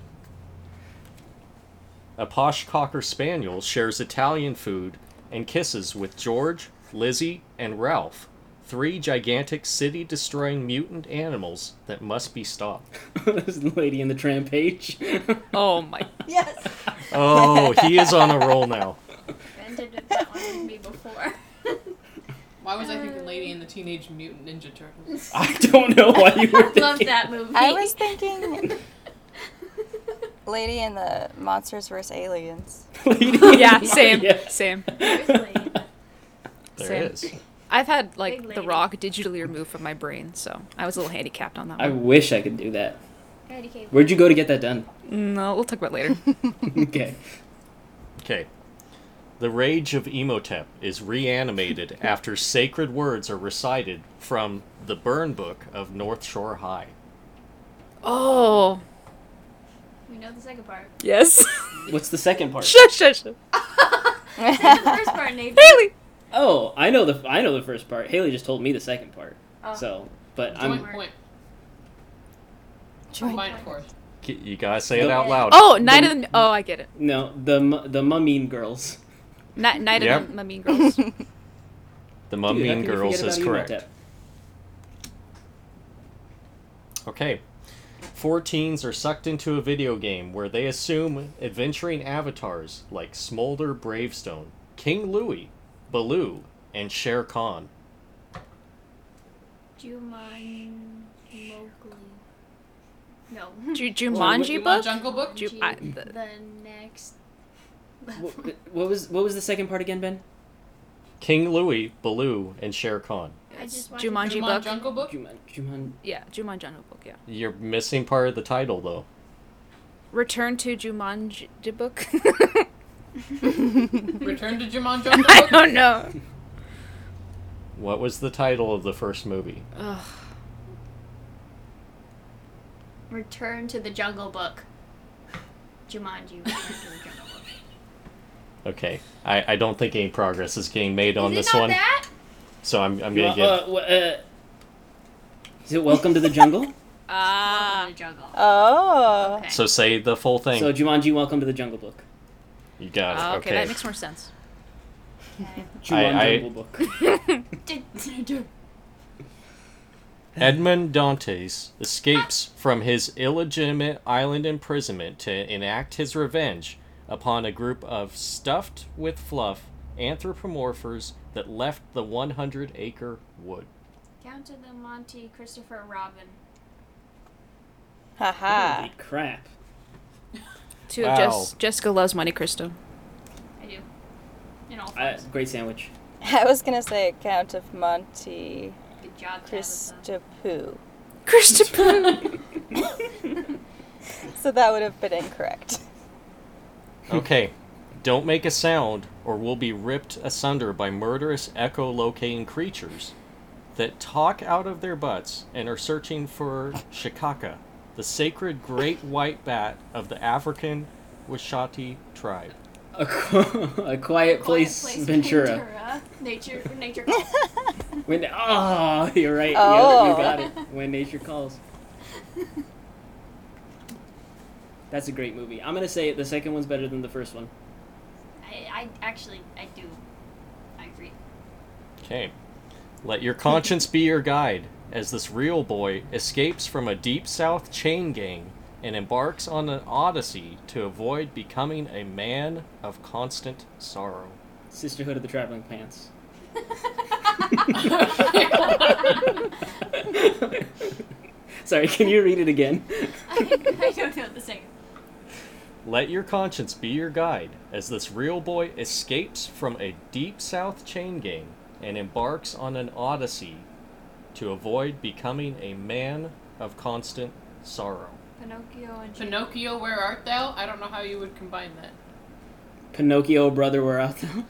S1: A posh cocker spaniel shares Italian food and kisses with George, Lizzie, and Ralph, three gigantic city-destroying mutant animals that must be stopped.
S2: this is the lady in the tram page.
S6: Oh my.
S4: Yes.
S1: Oh, he is on a roll now.
S3: Brendan did that one with me before.
S5: Why was I thinking Lady and the Teenage Mutant Ninja Turtles?
S2: I don't know why you were thinking.
S3: Love that movie.
S4: I was thinking Lady and the Monsters vs. Aliens.
S2: Lady
S6: Yeah,
S2: in
S6: same,
S2: Maria.
S6: same.
S3: Seriously.
S1: There
S6: Same.
S1: it is.
S6: I've had
S3: Big
S6: like the
S3: lady.
S6: rock digitally removed from my brain, so I was a little handicapped on that
S2: I
S6: one.
S2: wish I could do that.
S3: Alrighty, Kate.
S2: Where'd you go to get that done?
S6: No, we'll talk about it later.
S2: okay.
S1: Okay. The rage of Emotep is reanimated after sacred words are recited from the Burn Book of North Shore High.
S6: Oh
S3: We know the second part.
S6: yes.
S2: What's the second part?
S6: shush, shush,
S3: Say
S6: shush.
S3: the first part, Nathan.
S6: Haley.
S2: Oh, I know the I know the first part. Haley just told me the second part.
S3: Oh.
S2: So, but
S5: Joint
S2: I'm
S3: Join.
S5: point.
S4: Joint.
S5: Combined force.
S1: K- You gotta say it out loud.
S6: Oh, night of the. Oh, I get it.
S2: no the mu- the Mumming Girls.
S6: Night, night
S1: Yep.
S6: of the my Mean Girls.
S1: The
S2: Dude, how
S1: Mumming
S2: can you
S1: Girls
S2: forget
S1: is
S2: about
S1: correct.
S2: Emotep?
S1: Okay. Four teens are sucked into a video game where they assume adventuring avatars like Smolder Bravestone, King Louie, Baloo, and Shere Khan.
S3: Juman Mowgli. No.
S6: Ju-
S2: You
S6: Jumanji
S5: want
S6: book.
S5: Jungle Book?
S6: Ju-
S3: Jumanji,
S6: I- the-
S3: the next. level.
S2: What, what was what was the second part again, Ben?
S1: King Louie, Baloo, and Shere Khan.
S3: I just wanted
S6: Jumanji
S5: Juman
S6: book.
S5: Jungle Book?
S2: Juman, Juman.
S6: yeah, Jumanji Jungle book. Yeah.
S1: You're missing part of the title, though.
S6: Return to Jumanji book.
S5: Return to Juman Jungle
S6: I
S5: Book?
S6: don't know.
S1: What was the title of the first movie?
S6: Ugh.
S3: Return to the Jungle Book. Jumanji. Return to the Jungle Book.
S1: Okay, I, I don't think any progress is getting made on
S3: Is
S1: this
S3: it not
S1: one,
S3: that?
S1: so I'm, I'm
S2: Uh,
S1: gonna
S2: uh, wha- uh, is it Welcome to the Jungle?
S6: Ah.
S3: the jungle.
S4: Oh.
S3: Okay.
S1: give. So say the full thing.
S2: so Jumanji, Welcome to the Jungle Book.
S1: you got
S6: Ah,
S1: it.
S6: okay,
S1: Okay.
S6: that makes more sense.
S2: Juman
S1: I-
S2: Jungle Book.
S1: Edmond Dantes escapes from his illegitimate island imprisonment to enact his revenge upon a group of stuffed with fluff anthropomorphers that left the 100 acre wood.
S3: Down to the Monty Christopher Robin.
S4: Haha.
S2: Holy crap.
S6: Two
S1: Wow.
S6: of Jess- Jessica loves Monte Cristo.
S3: I do. In all
S2: I,
S3: forms.
S2: great sandwich.
S4: I was gonna say Count of Monte
S3: Good job, Tabitha.
S4: Cristopu.
S6: Christopher.
S4: So that would have been incorrect.
S1: Okay. Don't make a sound, or we'll be ripped asunder by murderous echolocating creatures that talk out of their butts and are searching for Shikaka, the sacred great white bat of the African Washati tribe.
S2: A, qu- a quiet place, Ventura.
S3: Nature, nature. calls.
S2: When oh, you're right. You,
S4: Oh.
S2: you got it. When nature calls. That's a great movie. I'm gonna say the second one's better than the first one.
S3: I, I actually, I do. I agree.
S1: Okay. Let your conscience be your guide as this real boy escapes from a deep south chain gang and embarks on an odyssey to avoid becoming a man of constant sorrow.
S2: Sisterhood of the Traveling Pants. Sorry, can you read it again?
S3: I don't know the singer.
S1: Let your conscience be your guide as this real boy escapes from a deep south chain gang and embarks on an odyssey to avoid becoming a man of constant sorrow.
S3: Pinocchio and Jane.
S5: Pinocchio, where art thou? I don't know how you would combine that.
S2: Pinocchio, brother, we're out there.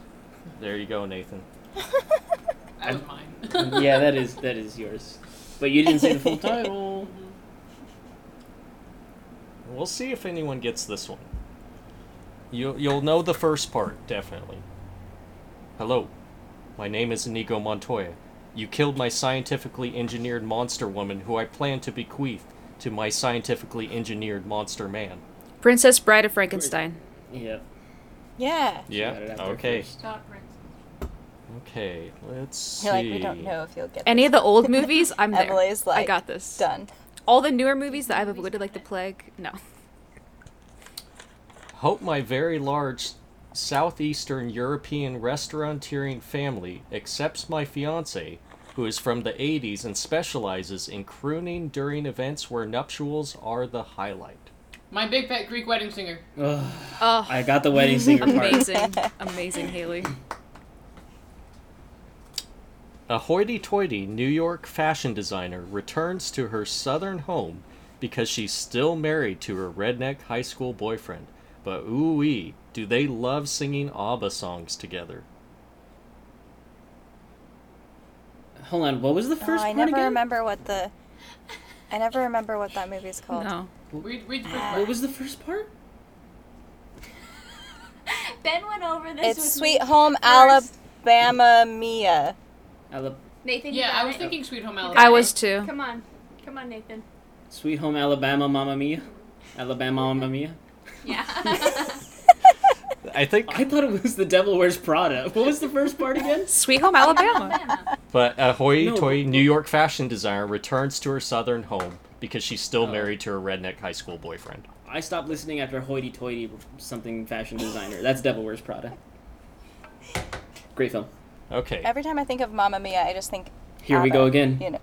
S1: There you go, Nathan.
S5: That was mine.
S2: yeah, that is that is yours. But you didn't say the full title.
S1: We'll see if anyone gets this one. You, you'll know the first part, definitely. Hello, my name is Inigo Montoya. You killed my scientifically engineered monster woman who I plan to bequeath to my scientifically engineered monster man.
S6: Princess Bride of Frankenstein.
S2: Yeah.
S4: Yeah.
S1: Yeah,
S2: Got it out there
S1: okay.
S2: first.
S3: Stop Prince.
S1: Okay, let's see.
S4: You're like, we don't know if you'll get
S6: Any
S4: this.
S6: of the old movies, I'm there.
S4: Emily's
S6: I
S4: like,
S6: got this.
S4: Done.
S6: All the newer movies that I've avoided, like The Plague, no.
S1: Hope my very large southeastern European restauranteering family accepts my fiance, who is from the 80s and specializes in crooning during events where nuptials are the highlight.
S5: My big fat Greek wedding singer.
S2: Ugh,
S6: Oh,
S2: I got the wedding singer part.
S6: amazing, amazing, Haley.
S1: A hoity toity New York fashion designer returns to her southern home because she's still married to her redneck high school boyfriend. But ooh wee, do they love singing ABBA songs together?
S2: Hold on, what was the
S4: Oh,
S2: first
S4: I
S2: part
S4: never
S2: again?
S4: remember what the. I never remember what that movie's called.
S6: No.
S5: Read, read the first
S2: What
S5: part.
S2: was the first part?
S3: Ben went over this
S4: It's
S3: with
S4: Sweet
S3: me.
S4: Home
S3: first.
S4: Alabama Mia.
S2: Ala-
S3: Nathan, you
S5: Yeah,
S3: got
S5: I was
S3: it?
S5: thinking Sweet Home Alabama.
S6: I was too.
S3: Come on. Come on, Nathan.
S2: Sweet Home Alabama, Mamma Mia. Alabama, Mamma Mia.
S3: Yeah.
S1: I think,
S2: I thought it was The Devil Wears Prada. What was the first part again?
S6: Sweet Home Alabama.
S3: Alabama.
S1: but a hoity
S2: No,
S1: toity
S2: but-
S1: New York fashion designer returns to her southern home because she's still
S2: Oh.
S1: married to her redneck high school boyfriend.
S2: I stopped listening after Hoity Toity something fashion designer. That's Devil Wears Prada. Great film.
S1: Okay.
S4: Every time I think of Mamma Mia, I just think.
S2: Here we
S4: ABBA,
S2: go again.
S4: You know.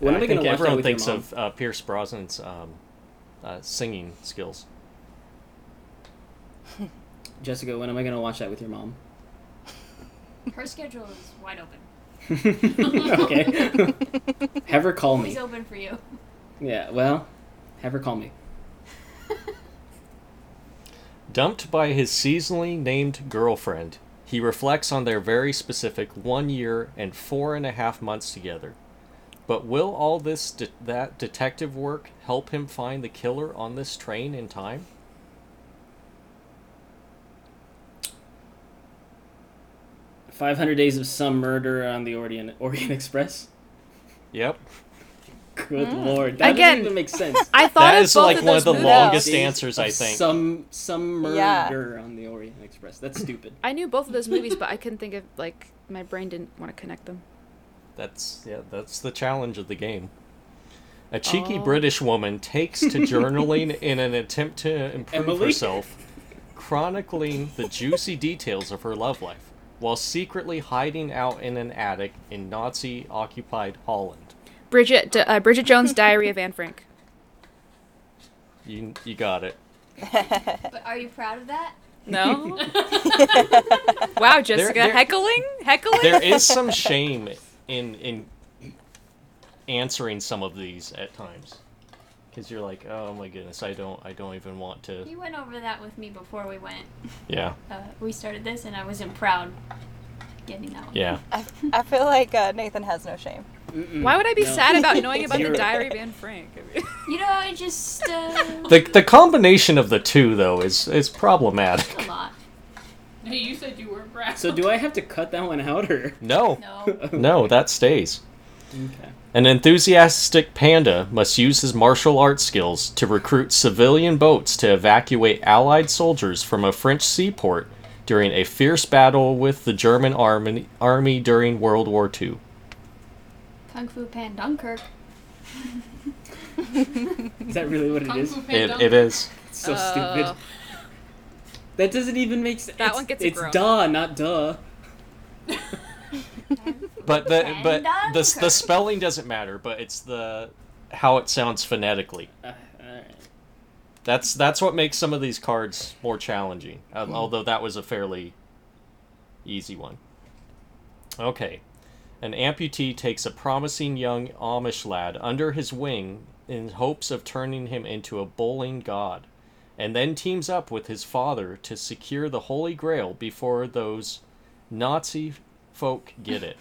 S2: When
S1: I
S2: am I
S1: think
S2: going to watch that
S1: everyone
S2: with
S1: thinks
S2: your mom?
S1: of uh, Pierce Brosnan's um, uh, singing skills.
S2: Jessica, when am I going to watch that with your mom?
S3: Her schedule is wide open.
S2: okay. have her call me.
S3: She's open for you.
S2: Yeah, well, have her call me.
S1: Dumped by his seasonally named girlfriend, he reflects on their very specific one year and four and a half months together. But will all this de- that detective work help him find the killer on this train in time?
S2: Five hundred days of some murder on the Orient Orient Express.
S1: Yep,
S2: Good lord, that
S6: Mm. Again,
S2: doesn't even make sense.
S6: I thought
S1: that
S6: of
S1: is
S6: both
S1: like
S6: of
S1: one of
S6: those
S1: the
S6: movies.
S1: longest
S2: Days
S1: answers
S2: of
S1: I think.
S2: Some some
S4: Yeah.
S2: murder on the Orient Express. That's stupid.
S6: I knew both of those movies, but I couldn't think of like my brain didn't want to connect them.
S1: That's yeah, that's the challenge of the game. A cheeky British woman takes to journaling in an attempt to improve
S2: Emily?
S1: herself, chronicling the juicy details of her love life while secretly hiding out in an attic in Nazi-occupied Holland.
S6: Bridget, D- uh, Bridget Jones' Diary of Anne Frank.
S1: You you got it.
S3: But are you proud of that?
S6: No. wow, Jessica,
S1: there-
S6: heckling, heckling.
S1: There is some shame in in answering some of these at times. Cuz you're like, "Oh my goodness, I don't I don't even want to."
S3: You went over that with me before we went.
S1: Yeah.
S3: Uh, we started this, and I wasn't proud getting that one.
S1: Yeah.
S4: I, I feel like uh, Nathan has no shame.
S6: Why would I be
S2: No.
S6: sad about knowing about the
S2: Zero.
S6: Diary of Anne Frank? I mean-
S3: You know, I just uh,
S1: The, the combination of the two though is is problematic.
S3: a lot.
S5: Hey, you said you were proud.
S2: So do I have to cut that one out or?
S1: No,
S3: No.
S1: no, that stays.
S2: Okay.
S1: An enthusiastic panda must use his martial arts skills to recruit civilian boats to evacuate Allied soldiers from a French seaport during a fierce battle with the German army, army during World War II.
S3: Kung Fu Pan Dunkirk.
S2: Is that really what it
S5: Kung
S2: is?
S5: Fu Panda.
S1: It, it is.
S2: It's so
S6: Uh,
S2: stupid. That doesn't even make sense.
S6: That one gets a
S2: It's
S6: groan.
S2: duh, not duh.
S1: But the
S3: And
S1: but
S3: I'm
S1: the the
S3: cursed.
S1: spelling doesn't matter, but it's the how it sounds phonetically.
S2: Uh, alright.
S1: That's that's what makes some of these cards more challenging.
S4: Hmm.
S1: Um, Although that was a fairly easy one. Okay, an amputee takes a promising young Amish lad under his wing in hopes of turning him into a bowling god, and then teams up with his father to secure the Holy Grail before those Nazi folk get it.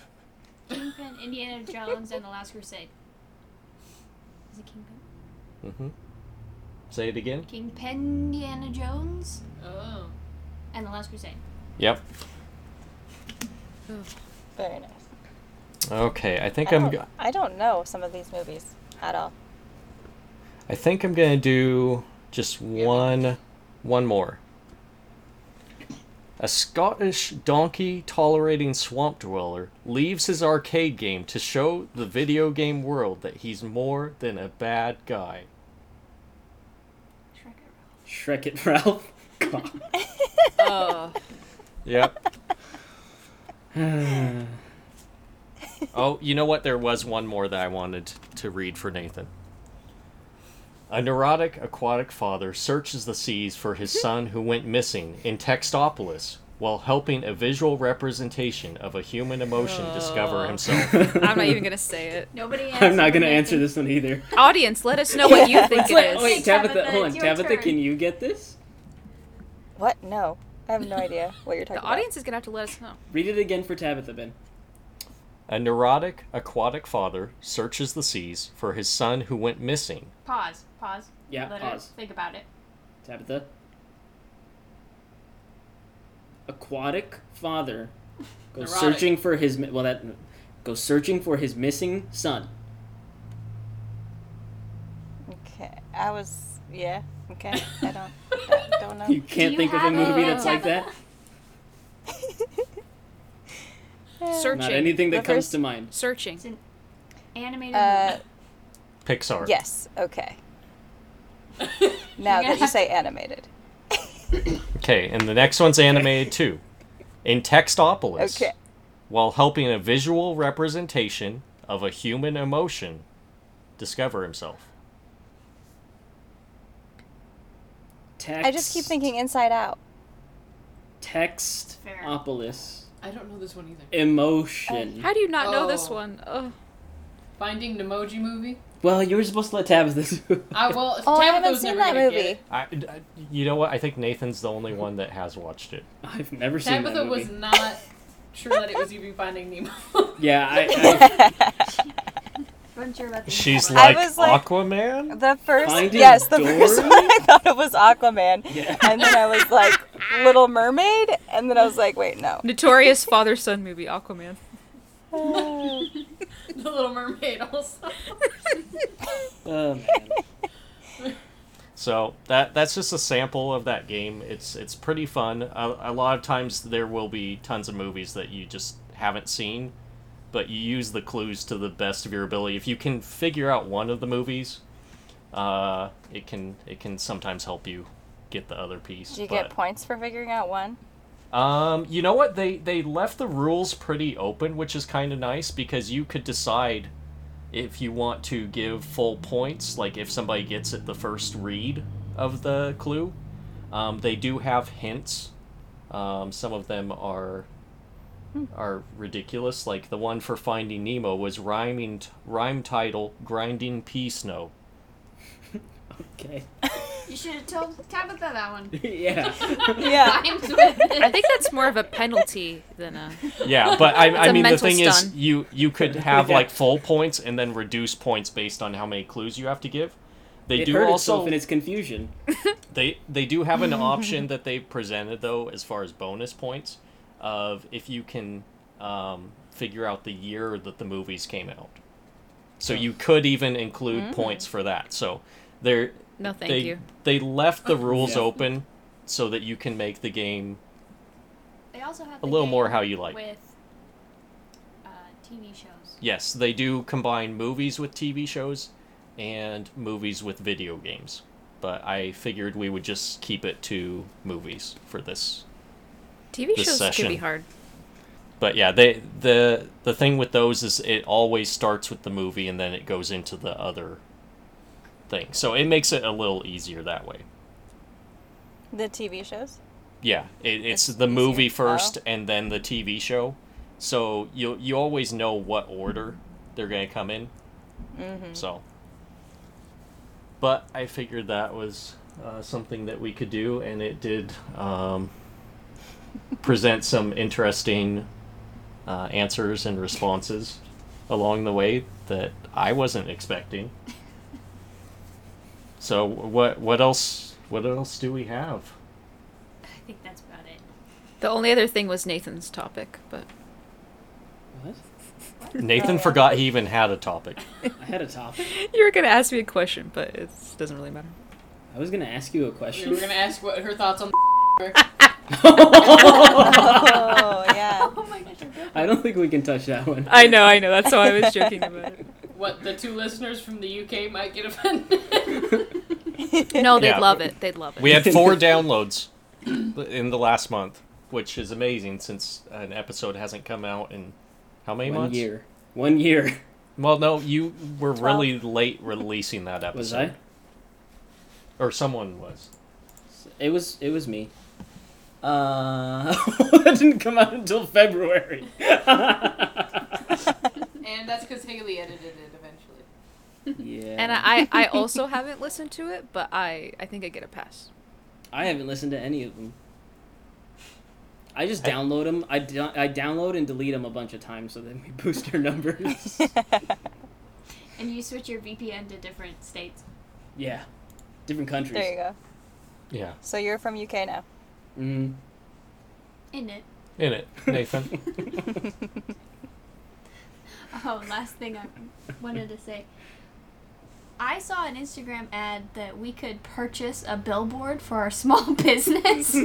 S3: Kingpin, Indiana Jones, and the Last Crusade. Is it Kingpin?
S4: Mm-hmm.
S1: hmm Say it again.
S3: Kingpin, Indiana Jones,
S5: Oh.
S3: and the Last Crusade.
S1: Yep.
S4: Very nice.
S1: Okay, I think
S4: I
S1: I'm.
S4: don't,
S1: go-
S4: I don't know some of these movies at all.
S1: I think I'm gonna do just one, one more. A Scottish donkey tolerating swamp dweller leaves his arcade game to show the video game world that he's more than a bad guy.
S3: Shrek it, Ralph.
S2: Shrek it, Ralph. God.
S6: Oh,
S1: Yep. oh, you know what? There was one more that I wanted to read for Nathan. A neurotic aquatic father searches the seas for his son who went missing in Textopolis while helping a visual representation of a human emotion discover himself.
S6: I'm not even gonna say it.
S3: Nobody answered.
S2: I'm not gonna
S3: anything.
S2: answer this one either.
S6: Audience, let us know what you think
S2: It's
S6: it
S2: like-
S6: is.
S2: Wait,
S3: Tabitha,
S2: Tabitha, hold on.
S3: it's your
S2: Tabitha,
S3: turn.
S2: can you get this?
S4: What? No. I have no idea what you're talking
S6: the
S4: about.
S6: audience is gonna have to let us know.
S2: Read it again for Tabitha, Ben.
S1: A neurotic aquatic father searches the seas for his son who went missing.
S3: Pause. Pause.
S2: Yeah,
S3: Let
S2: pause.
S3: her think about it.
S2: Tabitha. Aquatic father goes
S5: Neurotic.
S2: searching for his mi- well that goes searching for his missing son.
S4: Okay. I was. Yeah. Okay. I don't. I don't know.
S2: You can't
S3: you
S2: think of a
S3: have
S2: movie
S3: a-
S2: that's like that.
S6: Searching,
S2: Not anything that
S4: The
S2: comes
S4: first-
S2: to mind.
S6: searching.
S3: Animated
S4: Uh,
S3: movie.
S1: Pixar.
S4: yes. Okay. Now that you say animated.
S1: Okay, and the next one's animated too. In Textopolis.
S4: Okay.
S1: while helping a visual representation of a human emotion discover himself.
S2: Text.
S4: I just keep thinking Inside Out.
S2: Textopolis.
S5: I don't know this one either.
S2: Emotion.
S6: How do you not know this
S5: Oh.
S6: one? Oh,
S5: Finding Nemoji movie?
S2: Well, you were supposed to let Tabitha do it.
S5: I well, if
S4: Oh, I
S5: Tabitha
S4: haven't
S5: was
S4: seen
S5: never
S4: that
S5: gonna get
S4: movie.
S5: it.
S1: I, I- you know what? I think Nathan's the only one that has watched it.
S2: I've never seen
S5: Tabitha
S2: that movie.
S5: was not sure that it was even Finding Nemo.
S2: Yeah, I,
S3: Wasn't sure about the
S1: She's
S3: next one.
S1: like,
S4: was like-
S1: Aquaman.
S4: The first,
S2: Finding
S4: yes, the
S2: Dory?
S4: first one I thought it was Aquaman,
S2: Yeah.
S4: and then I was like Little Mermaid, and then I was like, wait, no.
S6: notorious father son movie Aquaman.
S5: the Little Mermaid also.
S2: I oh, man.
S1: So that that's just a sample of that game. It's it's pretty fun. A, a lot of times there will be tons of movies that you just haven't seen, but you use the clues to the best of your ability. If you can figure out one of the movies, uh, it can it can sometimes help you get the other piece.
S4: Do you
S1: but-
S4: get points for figuring out one?
S1: Um, you know what? They they left the rules pretty open, which is kind of nice because you could decide if you want to give full points, like if somebody gets it the first read of the clue. Um, they do have hints. Um, some of them are are ridiculous. Like the one for Finding Nemo was rhyming t- rhyme title "Grinding Pea Snow."
S2: Okay.
S3: You should have told Tabitha that one.
S2: yeah.
S4: Yeah.
S3: Rhymes with
S6: I think that's more of a penalty than a.
S1: Yeah, but I, I
S6: a
S1: mean the
S6: mental
S1: thing
S6: stun.
S1: is you you could have
S2: Yeah.
S1: like full points and then reduce points based on how many clues you have to give. They
S2: It
S1: do
S2: hurt
S1: also
S2: itself in its confusion.
S1: they they do have an option that they presented though as far as bonus points of if you can um, figure out the year that the movies came out. So you could even include points for that. So there
S6: No, Mm-hmm. thank
S1: they
S6: you.
S1: they left the rules
S2: Yeah.
S1: open so that you can make the game
S3: They also have
S1: A
S3: the
S1: little more
S3: game
S1: how you like.
S3: with uh, TV shows.
S1: Yes, they do combine movies with TV shows and movies with video games. but I figured we would just keep it to movies for this.
S6: TV
S1: This
S6: shows can be
S1: session.
S6: hard.
S1: But yeah, they the the thing with those is it always starts with the movie and then it goes into the other thing. So it makes it a little easier that way.
S4: The TV shows?
S1: Yeah, it, it's
S4: It's
S1: the
S4: easier.
S1: movie
S4: Oh.
S1: first and then the TV show. So you you always know what order they're going to come in. Mm-hmm. So but I figured that was uh, something that we could do and it did um, present some interesting uh, answers and responses along the way that I wasn't expecting. So what what else what else do we have?
S3: I think that's about it.
S6: The only other thing was Nathan's topic, but
S2: What?
S1: Nathan forgot he even had a topic.
S2: I had a topic.
S6: you were gonna ask me a question, but it doesn't really matter.
S2: I was gonna ask you a
S5: We
S2: question.
S5: were gonna ask what her thoughts on. were.
S4: Oh, yeah.
S3: Oh my gosh, I'm
S2: I don't think we can touch that one.
S6: I know, I know. That's why I was joking about it.
S5: What the two listeners from the UK might get offended.
S6: No, they'd
S1: Yeah.
S6: love it. They'd love it.
S1: We had four downloads in the last month, which is amazing since an episode hasn't come out in how many
S2: one
S1: months?
S2: year. One year.
S1: Well, no, you were really late releasing that episode,
S2: Was I?
S1: or someone was.
S2: It was. It was me. Uh, that didn't come out until February.
S5: and that's because Haley edited it eventually.
S2: yeah.
S6: and I, I also haven't listened to it, but I, I think I get a pass.
S2: I haven't listened to any of them. I just download them. I, do- I download and delete them a bunch of times so then we boost our numbers.
S3: And you switch your VPN to different states.
S2: yeah. Different countries.
S4: there you go.
S1: Yeah,
S4: So you're from UK now.
S2: Mm.
S3: In it.
S1: in it,
S2: Mm-hmm.
S1: Nathan.
S3: Oh, last thing I wanted to say. I saw an Instagram ad that we could purchase a billboard for our small business.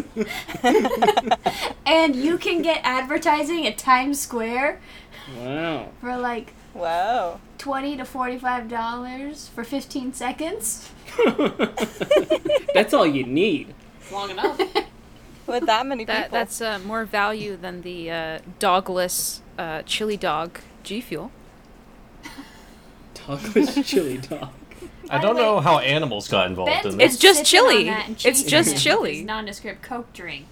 S3: and you can get advertising at Times Square
S2: Wow.
S3: for like
S4: Wow.
S3: 20 to 45 dollars for 15 seconds.
S2: That's all you need.
S5: It's long enough.
S4: With that many people.
S6: That that's uh, more value than the uh, dogless uh, chili dog G Fuel.
S2: Dogless chili dog.
S1: I don't
S3: By the
S1: know
S3: way,
S1: how animals got involved
S3: Ben's
S1: in
S3: been
S1: this.
S6: It's just
S3: sipping on
S6: chili.
S3: that and
S6: It's
S3: chasing
S6: just
S3: him with
S6: chili.
S3: his nondescript Coke drink.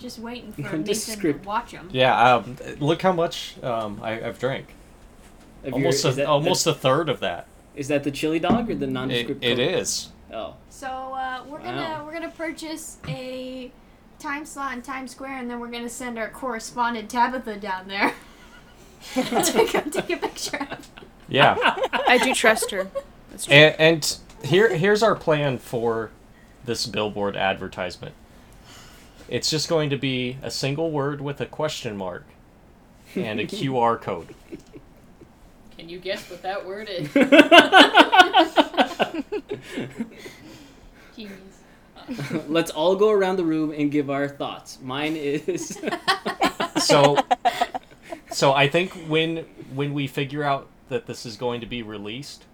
S3: Just waiting for Nathan to
S2: Nondescript.
S3: watch him.
S1: Yeah, um, look how much um, I, I've drank.
S2: If you're-
S1: Almost,
S2: is
S1: a,
S2: that-
S1: almost a third of that.
S2: Is that the chili dog or the
S1: It,
S2: nondescript?
S1: it
S2: Coke?
S1: is.
S2: Oh,
S3: So uh, we're gonna
S2: Wow.
S3: we're gonna purchase a time slot in Times Square, and then we're gonna send our correspondent Tabitha down there to come take a picture. of
S1: Yeah.
S6: I do trust her. That's true.
S1: And, and here, here's our plan for this billboard advertisement. It's just going to be a single word with a question mark and a QR code.
S5: Can you guess what that word is?
S3: Jeez.
S2: let's all go around the room and give our thoughts. Mine is
S1: So, so I think when when we figure out that this is going to be released,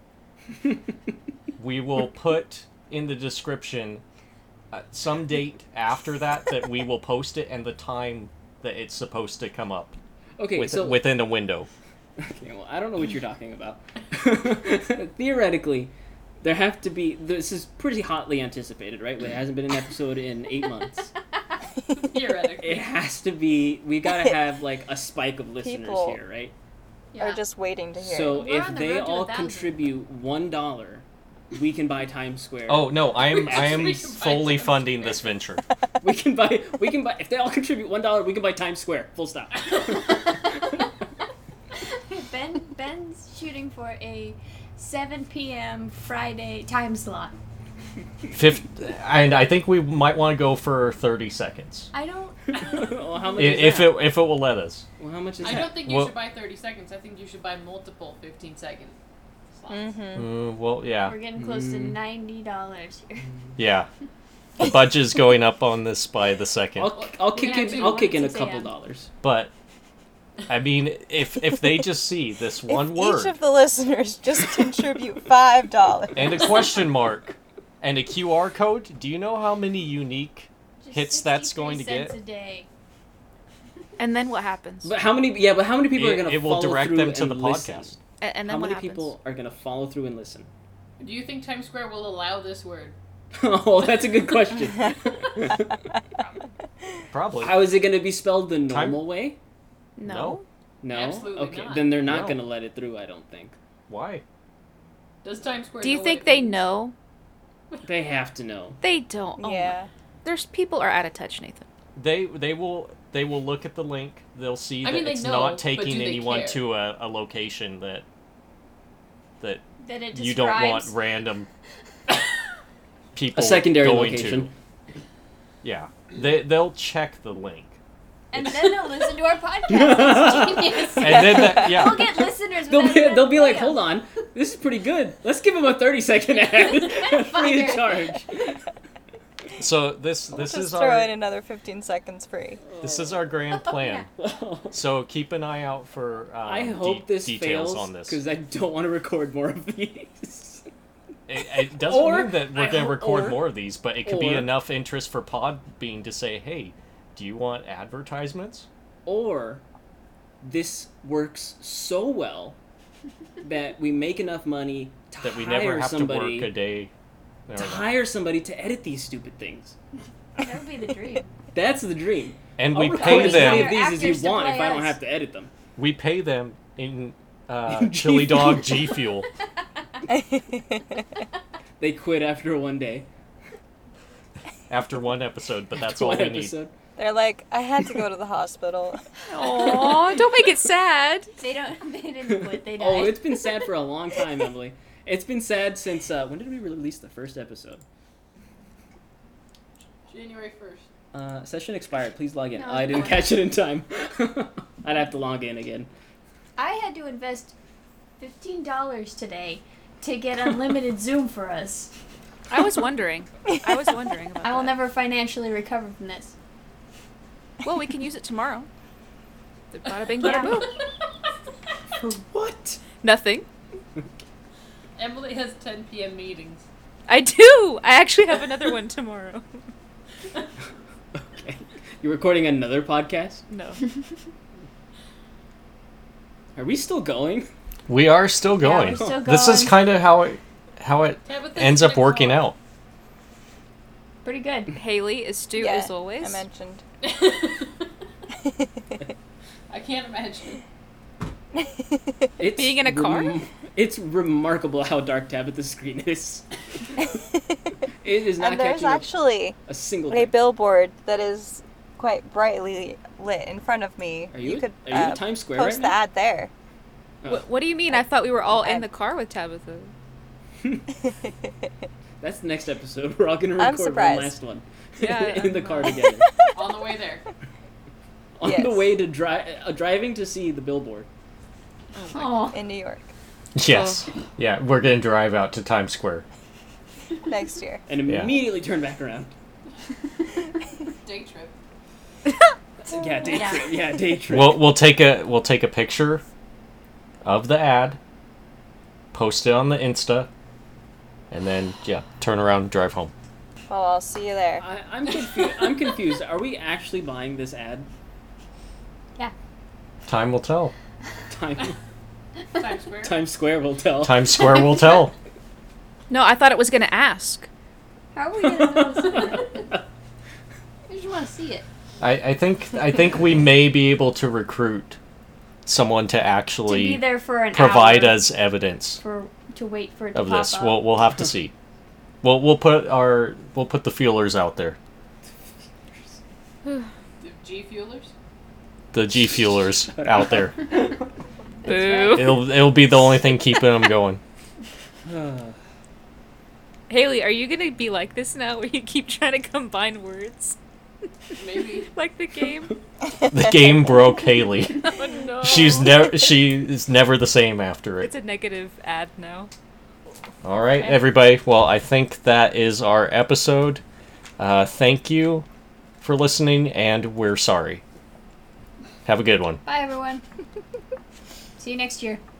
S1: we will put in the description uh, some date after that that we will post it and the time that it's supposed to come up
S2: okay.
S1: with,
S2: so
S1: within a window.
S2: Okay, well, I don't know what you're talking about. Theoretically, there have to be. This is pretty hotly anticipated, right? There hasn't been an episode in eight months. It
S5: Theoretically.
S2: has to be. We gotta have like a spike of listeners
S4: People
S2: here, right?
S4: Are
S5: Yeah.
S4: just waiting to hear.
S2: So
S3: We're
S2: if
S3: on the
S2: they
S3: road to a
S2: all
S3: thousand.
S2: contribute one dollar, we can buy Times Square.
S1: Oh no, I am
S5: We
S1: I am
S5: should
S1: fully
S5: buy some
S1: funding this venture.
S2: we can buy. We can buy. If they all contribute one dollar, we can buy Times Square. Full stop.
S3: Ben Ben's shooting for a 7 p.m. Friday time slot.
S1: Fif- and I think we might want to go for 30 seconds.
S3: I don't.
S2: well, how
S1: I-
S2: much? is
S1: If
S2: that?
S1: it if it will let us.
S2: well, how much is
S5: I
S2: that?
S5: don't think you
S1: Well-
S5: should buy 30 seconds. I think you should buy multiple 15 second slots.
S4: Mm-hmm.
S1: Mm, well, yeah.
S3: We're getting close to
S2: Mm.
S3: ninety dollars here.
S1: Yeah. The budget's going up on this by the second.
S2: I'll, I'll kick
S5: Yeah,
S2: in.
S5: two
S2: I'll kick in a
S3: ones,
S2: couple
S3: yeah.
S2: dollars.
S1: But I mean, if if they just see this
S4: if
S1: one
S4: each
S1: word
S4: of the listeners just contribute five dollars.
S1: and a question mark And a QR code, do you know how many unique
S3: Just
S1: hits that's going to
S3: 63
S1: get?
S3: cents a day.
S6: And then what happens?
S2: But how many? Yeah, but how many people are
S1: It,
S2: going to
S1: it will direct them to the podcast.
S6: A- and then
S2: how
S6: what
S2: many
S6: happens?
S2: people are going to follow through and listen?
S5: Do you think Times Square will allow this word?
S2: oh, that's a good question.
S1: Probably.
S2: how is it going to be spelled the
S1: Time-
S2: normal way?
S6: No.
S1: No.
S2: No.
S5: Absolutely
S2: okay,
S5: not.
S2: then they're not
S1: No.
S2: going to let it through. I don't think
S1: Why?
S5: Does Times Square?
S6: Do you
S5: know
S6: think
S5: what
S6: they
S5: it
S6: know?
S2: they have to know.
S6: They don't. Oh my-
S4: yeah.
S6: There's people are out of touch, Nathan.
S1: They they will they will look at the link. They'll see
S5: I
S1: that
S5: mean, they
S1: it's
S5: know,
S1: not
S5: but
S1: taking
S5: do they
S1: anyone
S5: care?
S1: to a, a location that that
S3: That it
S1: you don't want
S3: describes-
S1: random people
S2: A secondary
S1: going
S2: location.
S1: to. Yeah, they they'll check the link,
S3: And then they'll listen to our podcast. It's genius.
S1: and then that, yeah,
S3: We'll get listeners.
S2: They'll
S3: without
S2: be,
S3: even
S2: they'll be like,
S3: knowing.
S2: hold on, this is pretty good. Let's give them a 30 second ad. Free of
S3: Fucker.
S2: charge.
S1: So this this
S4: Just
S1: is
S4: throw in
S1: our
S4: another 15 seconds free.
S1: this is our
S3: Oh,
S1: grand plan. So keep an eye out for um,
S2: I hope
S1: de-
S2: this
S1: details
S2: fails
S1: on this.
S2: because
S1: It,
S2: I don't want to record more of these.
S1: it doesn't
S2: Or-
S1: mean that
S2: I
S1: we're going
S2: hope-
S1: to record
S2: or-
S1: more of these, but it could be
S2: or-
S1: enough interest for Podbean to say, "Hey, do you want advertisements?"
S2: or this works so well that we make enough money to
S1: That we
S2: hire
S1: never have
S2: somebody
S1: to work a day. Never
S2: to
S1: mind.
S2: hire somebody to edit these stupid things.
S3: That would be the dream.
S2: That's the dream.
S1: And
S2: I'll
S1: we
S2: record
S1: pay
S2: as
S1: them.
S2: many of these as
S3: Actors
S2: you
S3: to
S2: want
S3: play
S2: if I don't
S3: us.
S2: have to edit them.
S1: We pay them in uh,
S2: In G
S1: chili dog
S2: Fuel.
S1: G fuel.
S2: They quit after one day.
S1: after one episode, but that's
S2: after
S1: all
S2: one
S1: we
S2: episode.
S4: They're like, I had to go to the hospital.
S6: Aw, don't make it sad.
S3: They don't. They didn't quit. They died.
S2: Oh, it's been sad for a long time, Emily. It's been sad since uh, when did we release the first episode?
S5: is? January first.
S2: Uh, session expired. Please log in.
S3: No,
S2: I didn't
S3: it's
S2: catch it in time. I'd have to log in again.
S3: I had to invest fifteen dollars today to get unlimited Zoom for us.
S6: I was wondering. I was wondering about
S3: I will
S6: that.
S3: never financially recover from this.
S6: Well, we can use it tomorrow. Bada bing, bada
S3: Yeah.
S6: boom.
S2: For what?
S6: Nothing.
S5: Emily has 10 p.m. meetings.
S6: I do. I actually have another one tomorrow.
S2: Okay. You're recording another podcast?
S6: No.
S2: Are we still going?
S1: We are still
S3: Yeah,
S1: going.
S3: we're still
S1: This is
S3: going.
S1: kind of how it how it
S5: Tabitha's
S1: ends up
S5: gonna
S1: working
S5: call.
S1: out.
S3: pretty good.
S6: Haley is astute as always.
S4: I mentioned.
S5: I can't imagine.
S2: It's
S6: Being in a car?
S2: it's remarkable how dark Tabitha's screen is. It is not
S4: and there's
S2: catching up
S4: actually
S2: a single
S4: a
S2: thing.
S4: billboard that is quite brightly lit in front of me.
S2: Are you,
S4: could
S2: are you
S4: uh,
S2: in Times Square
S4: post
S2: right
S4: the
S2: now?
S4: ad there.
S6: Wh- what do you mean? I thought we were all in the car with Tabitha.
S2: Oh. That's the next episode. We're all gonna
S4: I'm
S2: record one
S4: surprised.
S2: last one.
S6: Yeah,
S2: in the
S6: I
S2: car
S6: know.
S2: together.
S5: On the way there.
S2: On the
S4: Yes.
S2: way to dri- uh, driving to see the billboard.
S3: Oh,
S4: in New York
S1: Yes. Yeah, we're gonna drive out to Times Square.
S4: next year.
S2: and
S1: Yeah.
S2: immediately turn back around.
S5: Day trip.
S2: Yeah, day
S3: Yeah.
S2: trip. Yeah, day trip.
S1: We'll we'll take a we'll take a picture of the ad, post it on the Insta, and then yeah, turn around and drive home.
S4: Well, I'll see you there.
S2: I, I'm confused. I'm confused. Are we actually buying this ad?
S3: yeah.
S1: Time will tell.
S2: Time
S5: Times Square.
S2: Times Square will tell.
S1: Times Square will tell.
S6: No, I thought it was going to ask.
S3: How are we gonna know this? I just want to see it.
S1: I, I think I think we may be able to recruit someone to
S3: To
S1: actually
S3: be there for an
S1: provide
S3: hour
S1: us evidence.
S3: for to wait for it to
S1: of
S3: pop
S1: this.
S3: Up.
S1: We'll we'll have to see. We'll we'll put our we'll put the feelers out there.
S5: G Fuelers.
S1: The G fuelers out there.
S6: Boo.
S1: It'll it'll be the only thing keeping them going.
S2: Uh,
S6: Haley, are you going to be like this now where you keep trying to combine words
S5: Maybe.
S6: like the game?
S1: The game broke Haley.
S6: Oh, no.
S1: She's never she is never the same after
S6: It's
S1: it.
S6: a negative ad now.
S1: All right, everybody. Well, I think that is our episode. Uh, thank you for listening, and we're sorry. Have a good one.
S3: Bye, everyone. see you next year.